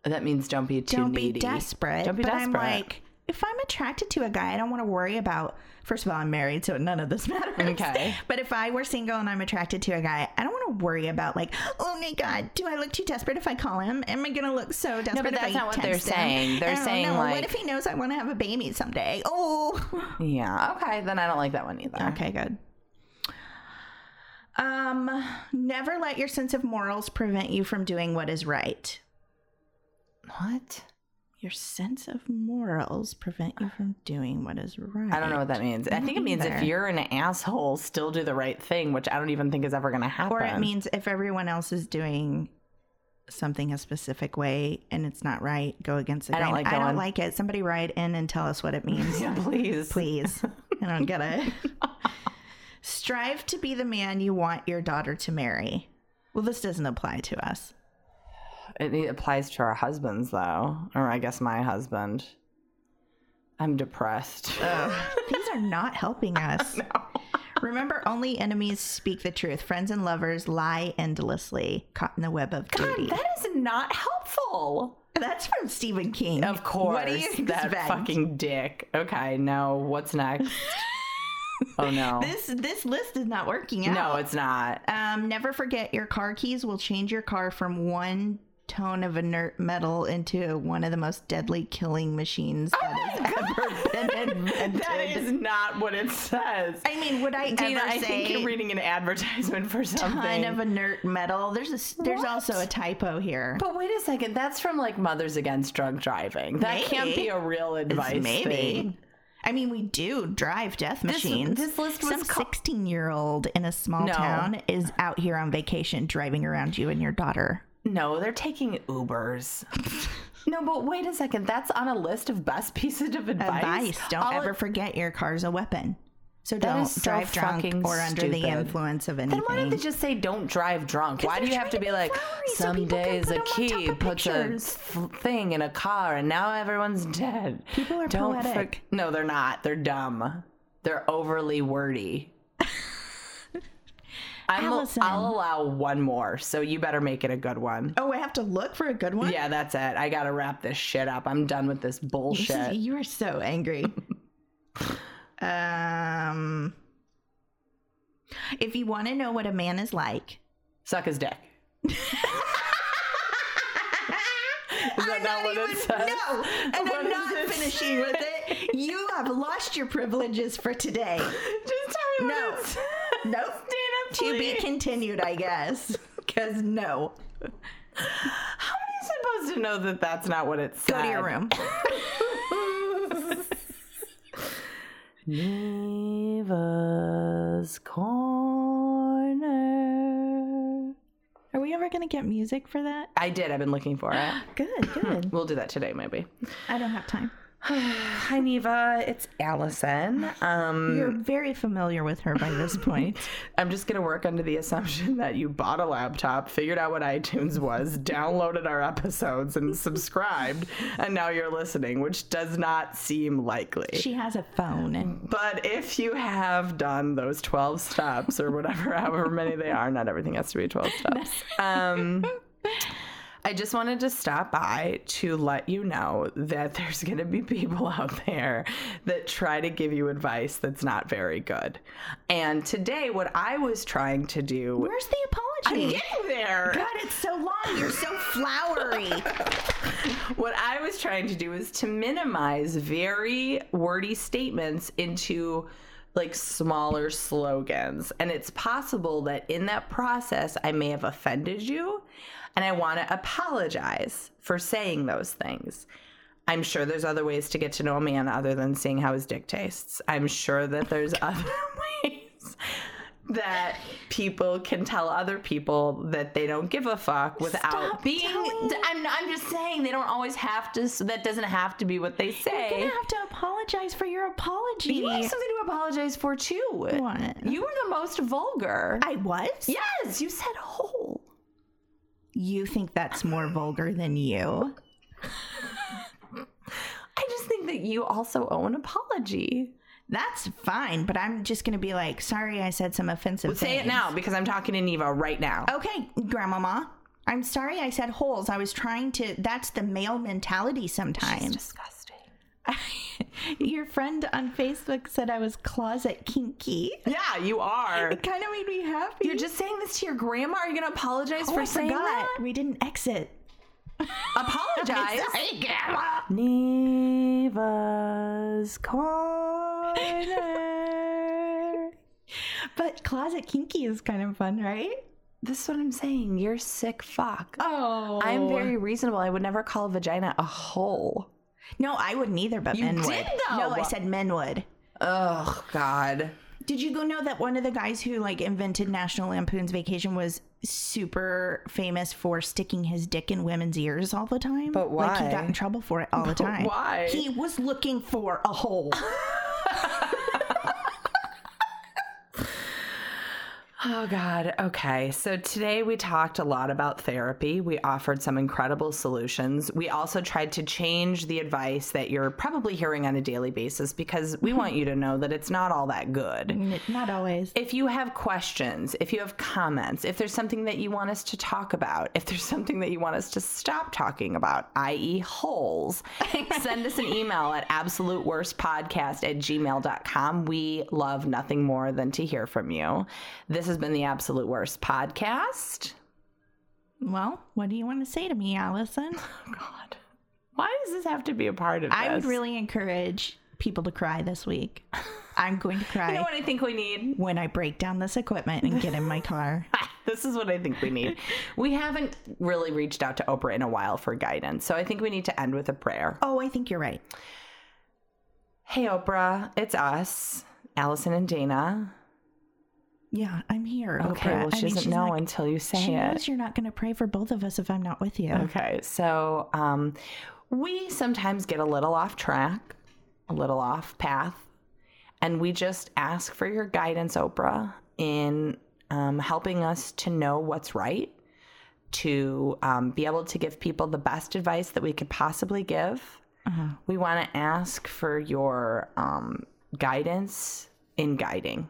Speaker 2: that means don't be too
Speaker 3: don't
Speaker 2: needy.
Speaker 3: be desperate.
Speaker 2: Don't be
Speaker 3: but
Speaker 2: desperate.
Speaker 3: I'm like, if I'm attracted to a guy, I don't want to worry about. First of all, I'm married, so none of this matters.
Speaker 2: Okay.
Speaker 3: But if I were single and I'm attracted to a guy, I don't want to worry about like, oh my god, do I look too desperate if I call him? Am I gonna look so desperate? if
Speaker 2: that's
Speaker 3: I
Speaker 2: not what they're
Speaker 3: text him?
Speaker 2: saying. They're
Speaker 3: I don't
Speaker 2: saying,
Speaker 3: know.
Speaker 2: like-
Speaker 3: what if he knows I want to have a baby someday? Oh.
Speaker 2: yeah, okay, then I don't like that one either.
Speaker 3: okay, good. Um, never let your sense of morals prevent you from doing what is right.
Speaker 2: What?
Speaker 3: Your sense of morals prevent you from doing what is right.
Speaker 2: I don't know what that means. I think it means if
Speaker 3: either.
Speaker 2: you're an asshole, still do the right thing, which I don't even think is ever going to happen.
Speaker 3: Or it means if everyone else is doing something a specific way and it's not right, go against it.
Speaker 2: I don't like
Speaker 3: I
Speaker 2: that
Speaker 3: don't
Speaker 2: one.
Speaker 3: like it. Somebody write in and tell us what it means.
Speaker 2: Yeah, please,
Speaker 3: Please. I don't get it. Strive to be the man you want your daughter to marry. Well, this doesn't apply to us.
Speaker 2: It, it applies to our husbands, though, or I guess my husband. I'm depressed.
Speaker 3: These are not helping us. Remember, only enemies speak the truth. Friends and lovers lie endlessly, caught in the web of duty.
Speaker 2: that is not helpful.
Speaker 3: That's from Stephen King.
Speaker 2: Of course,
Speaker 3: What do you expect?
Speaker 2: that fucking dick. Okay, no. What's next? oh no,
Speaker 3: This this list is not working out.
Speaker 2: no, it's not.
Speaker 3: Um, never forget your car keys will change your car from one tone of inert metal into one of the most deadly killing machines that has ever been invented.
Speaker 2: Oh That is not what it says.
Speaker 3: I mean, would I
Speaker 2: Dina,
Speaker 3: ever
Speaker 2: I
Speaker 3: say
Speaker 2: think you're reading an advertisement for something.
Speaker 3: ton of inert metal? There's a s- there's
Speaker 2: What?
Speaker 3: also a typo here.
Speaker 2: But wait a second, that's from like Mothers Against Drug Driving. That can't
Speaker 3: Maybe.
Speaker 2: be a real
Speaker 3: It's
Speaker 2: advice.
Speaker 3: maybe.
Speaker 2: thing.
Speaker 3: I mean, we do drive death machines.
Speaker 2: this list was
Speaker 3: Some
Speaker 2: ca-
Speaker 3: sixteen-year-old in a small
Speaker 2: No.
Speaker 3: town is out here on vacation, driving around you and your daughter.
Speaker 2: No, they're taking Ubers. no, but wait a second, that's on a list of best pieces of advice.
Speaker 3: Advice: Don't
Speaker 2: All
Speaker 3: ever
Speaker 2: it-
Speaker 3: forget your car's a weapon. So
Speaker 2: That
Speaker 3: don't
Speaker 2: is so
Speaker 3: drive drunk
Speaker 2: fucking
Speaker 3: or under the
Speaker 2: stupid.
Speaker 3: influence of anything.
Speaker 2: Then why don't they just say don't drive drunk? Why do
Speaker 3: they're
Speaker 2: you have to
Speaker 3: trying
Speaker 2: be
Speaker 3: to be
Speaker 2: like,
Speaker 3: flowery so
Speaker 2: some
Speaker 3: people can
Speaker 2: days
Speaker 3: put
Speaker 2: a
Speaker 3: 'em on
Speaker 2: key
Speaker 3: top of
Speaker 2: puts a
Speaker 3: pictures."
Speaker 2: th- thing in a car and now everyone's dead?
Speaker 3: People are
Speaker 2: for-
Speaker 3: poetic.
Speaker 2: no, they're not. They're dumb. They're overly wordy. I'm i
Speaker 3: Allison.
Speaker 2: I'll allow one more, so you better make it a good one.
Speaker 3: oh, I have to look for a good one.
Speaker 2: Yeah, that's it. I gotta wrap this shit up. I'm done with this
Speaker 3: This is- e-,
Speaker 2: bullshit.
Speaker 3: you are so angry. um, if you want to know what a man is like,
Speaker 2: Suck his dick. not, what it says.
Speaker 3: No, and
Speaker 2: What
Speaker 3: I'm
Speaker 2: does
Speaker 3: not
Speaker 2: it
Speaker 3: finishing with it. You have lost your privileges for today.
Speaker 2: Just tell me
Speaker 3: No.
Speaker 2: what it says.
Speaker 3: Nope.
Speaker 2: Dana,
Speaker 3: To be
Speaker 2: please.
Speaker 3: continued, I guess. Because no.
Speaker 2: I'm supposed to know that that's not what it says.
Speaker 3: Go to your room.
Speaker 2: Neva's Corner.
Speaker 3: Are we ever going to get music for that?
Speaker 2: I did. I've been looking for it.
Speaker 3: Good, good.
Speaker 2: We'll do that today, maybe.
Speaker 3: I don't have time.
Speaker 2: Hi, Neva. It's Allison. Um,
Speaker 3: You're very familiar with her by this point.
Speaker 2: I'm just going to work under the assumption that you bought a laptop, figured out what iTunes was, downloaded our episodes, and subscribed, and now you're listening, which does not seem likely.
Speaker 3: she has a phone.
Speaker 2: But if you have done those 12 steps or whatever, however many they are, not everything has to be 12 steps. Um, I just wanted to stop by to let you know that there's going to be people out there that try to give you advice that's not very good. And today, what I was trying to do.
Speaker 3: Where's the
Speaker 2: I'm
Speaker 3: apology?
Speaker 2: getting there.
Speaker 3: God, it's so long. You're so flowery.
Speaker 2: What I was trying to do is to minimize very wordy statements into like smaller slogans. And it's possible that in that process, I may have offended you. And I want to apologize for saying those things. I'm sure there's other ways to get to know a man other than seeing how his dick tastes. I'm sure that there's other ways that people can tell other people that they don't give a fuck without
Speaker 3: Stop
Speaker 2: being.
Speaker 3: telling-
Speaker 2: I'm, I'm just saying they don't always have to. So that doesn't have to be what they
Speaker 3: You're going
Speaker 2: say.
Speaker 3: to have to apologize for your apology.
Speaker 2: You have something to apologize for too.
Speaker 3: What?
Speaker 2: You were the most vulgar.
Speaker 3: I was?
Speaker 2: yes, you said whole.
Speaker 3: You think that's more vulgar than you?
Speaker 2: I just think that you also owe an apology.
Speaker 3: That's fine, but I'm just gonna be like, sorry, I said some offensive.
Speaker 2: Say it
Speaker 3: things."
Speaker 2: now because I'm talking to Neva right now.
Speaker 3: Okay, Grandmama. I'm sorry I said holes. I was trying to. That's the male mentality sometimes.
Speaker 2: disgusting.
Speaker 3: Your friend on Facebook said I was closet kinky.
Speaker 2: Yeah, you are.
Speaker 3: It kind of made me happy.
Speaker 2: You're just saying this to your grandma. Are you going to apologize
Speaker 3: Oh,
Speaker 2: for
Speaker 3: I
Speaker 2: saying
Speaker 3: forgot.
Speaker 2: that?
Speaker 3: We didn't exit.
Speaker 2: Apologize.
Speaker 3: Sorry, Grandma.
Speaker 2: Neva's corner.
Speaker 3: But closet kinky is kind of fun, right?
Speaker 2: this is what I'm saying. You're sick fuck.
Speaker 3: Oh,
Speaker 2: I'm very reasonable. I would never call a vagina a hole.
Speaker 3: No, I wouldn't either. But
Speaker 2: You
Speaker 3: men would.
Speaker 2: did, though.
Speaker 3: No, I said men would.
Speaker 2: Oh God.
Speaker 3: Did you go know that one of the guys who like invented National Lampoon's Vacation was super famous for sticking his dick in women's ears all the time?
Speaker 2: But
Speaker 3: Like he
Speaker 2: why?
Speaker 3: got in trouble for it all the time.
Speaker 2: why?
Speaker 3: He was looking for a hole.
Speaker 2: Oh, God. Okay. So today we talked a lot about therapy. We offered some incredible solutions. We also tried to change the advice that you're probably hearing on a daily basis because we want you to know that it's not all that good.
Speaker 3: Not always.
Speaker 2: If you have questions, if you have comments, if there's something that you want us to talk about, if there's something that you want us to stop talking about, i.e., holes, send us an email at absoluteworstpodcast at gmail.com. We love nothing more than to hear from you. This has been the Absolute Worst Podcast.
Speaker 3: Well, what do you want to say to me, Allison?
Speaker 2: Oh, God. Why does this have to be a part of
Speaker 3: I would
Speaker 2: this?
Speaker 3: really encourage people to cry this week. I'm going to cry
Speaker 2: You know what I think we need?
Speaker 3: when I break down this equipment and get in my car.
Speaker 2: this is what I think we need. we haven't really reached out to Oprah in a while for guidance. So I think we need to end with a prayer.
Speaker 3: Oh, I think you're right.
Speaker 2: Hey, Oprah, it's us, Allison and Dana.
Speaker 3: Yeah, I'm here.
Speaker 2: Okay,
Speaker 3: Oprah.
Speaker 2: well,
Speaker 3: I
Speaker 2: she
Speaker 3: mean,
Speaker 2: doesn't
Speaker 3: she's
Speaker 2: know
Speaker 3: not-
Speaker 2: until you say
Speaker 3: She
Speaker 2: it.
Speaker 3: knows you're not going to pray for both of us if I'm not with you.
Speaker 2: Okay, so um, we sometimes get a little off track, a little off path, and we just ask for your guidance, Oprah, in um, helping us to know what's right, to um, be able to give people the best advice that we could possibly give.
Speaker 3: Uh-huh.
Speaker 2: We want to ask for your um, guidance in guiding.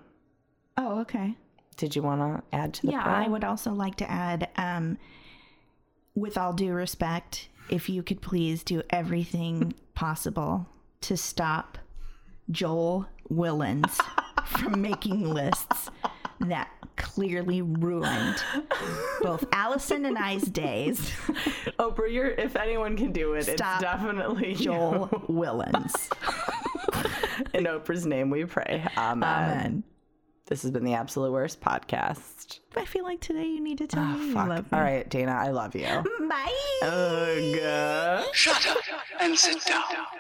Speaker 3: Oh, okay.
Speaker 2: Did you want to add to the
Speaker 3: Yeah,
Speaker 2: prayer?
Speaker 3: I would also like to add, um, with all due respect, if you could please do everything possible to stop Joel Willens from making lists that clearly ruined both Allison and I's days.
Speaker 2: Oprah, Oh, you're if anyone can do it, it's
Speaker 3: Stop
Speaker 2: definitely Joel.
Speaker 3: Joel Willens.
Speaker 2: In Oprah's name we pray. Amen.
Speaker 3: Amen.
Speaker 2: This has been the absolute worst podcast.
Speaker 3: I feel like today you need to tell
Speaker 2: Oh,
Speaker 3: me
Speaker 2: fuck.
Speaker 3: you love me.
Speaker 2: All right, Dana, I love you.
Speaker 3: Bye.
Speaker 2: Ugh.
Speaker 1: Shut up and sit down.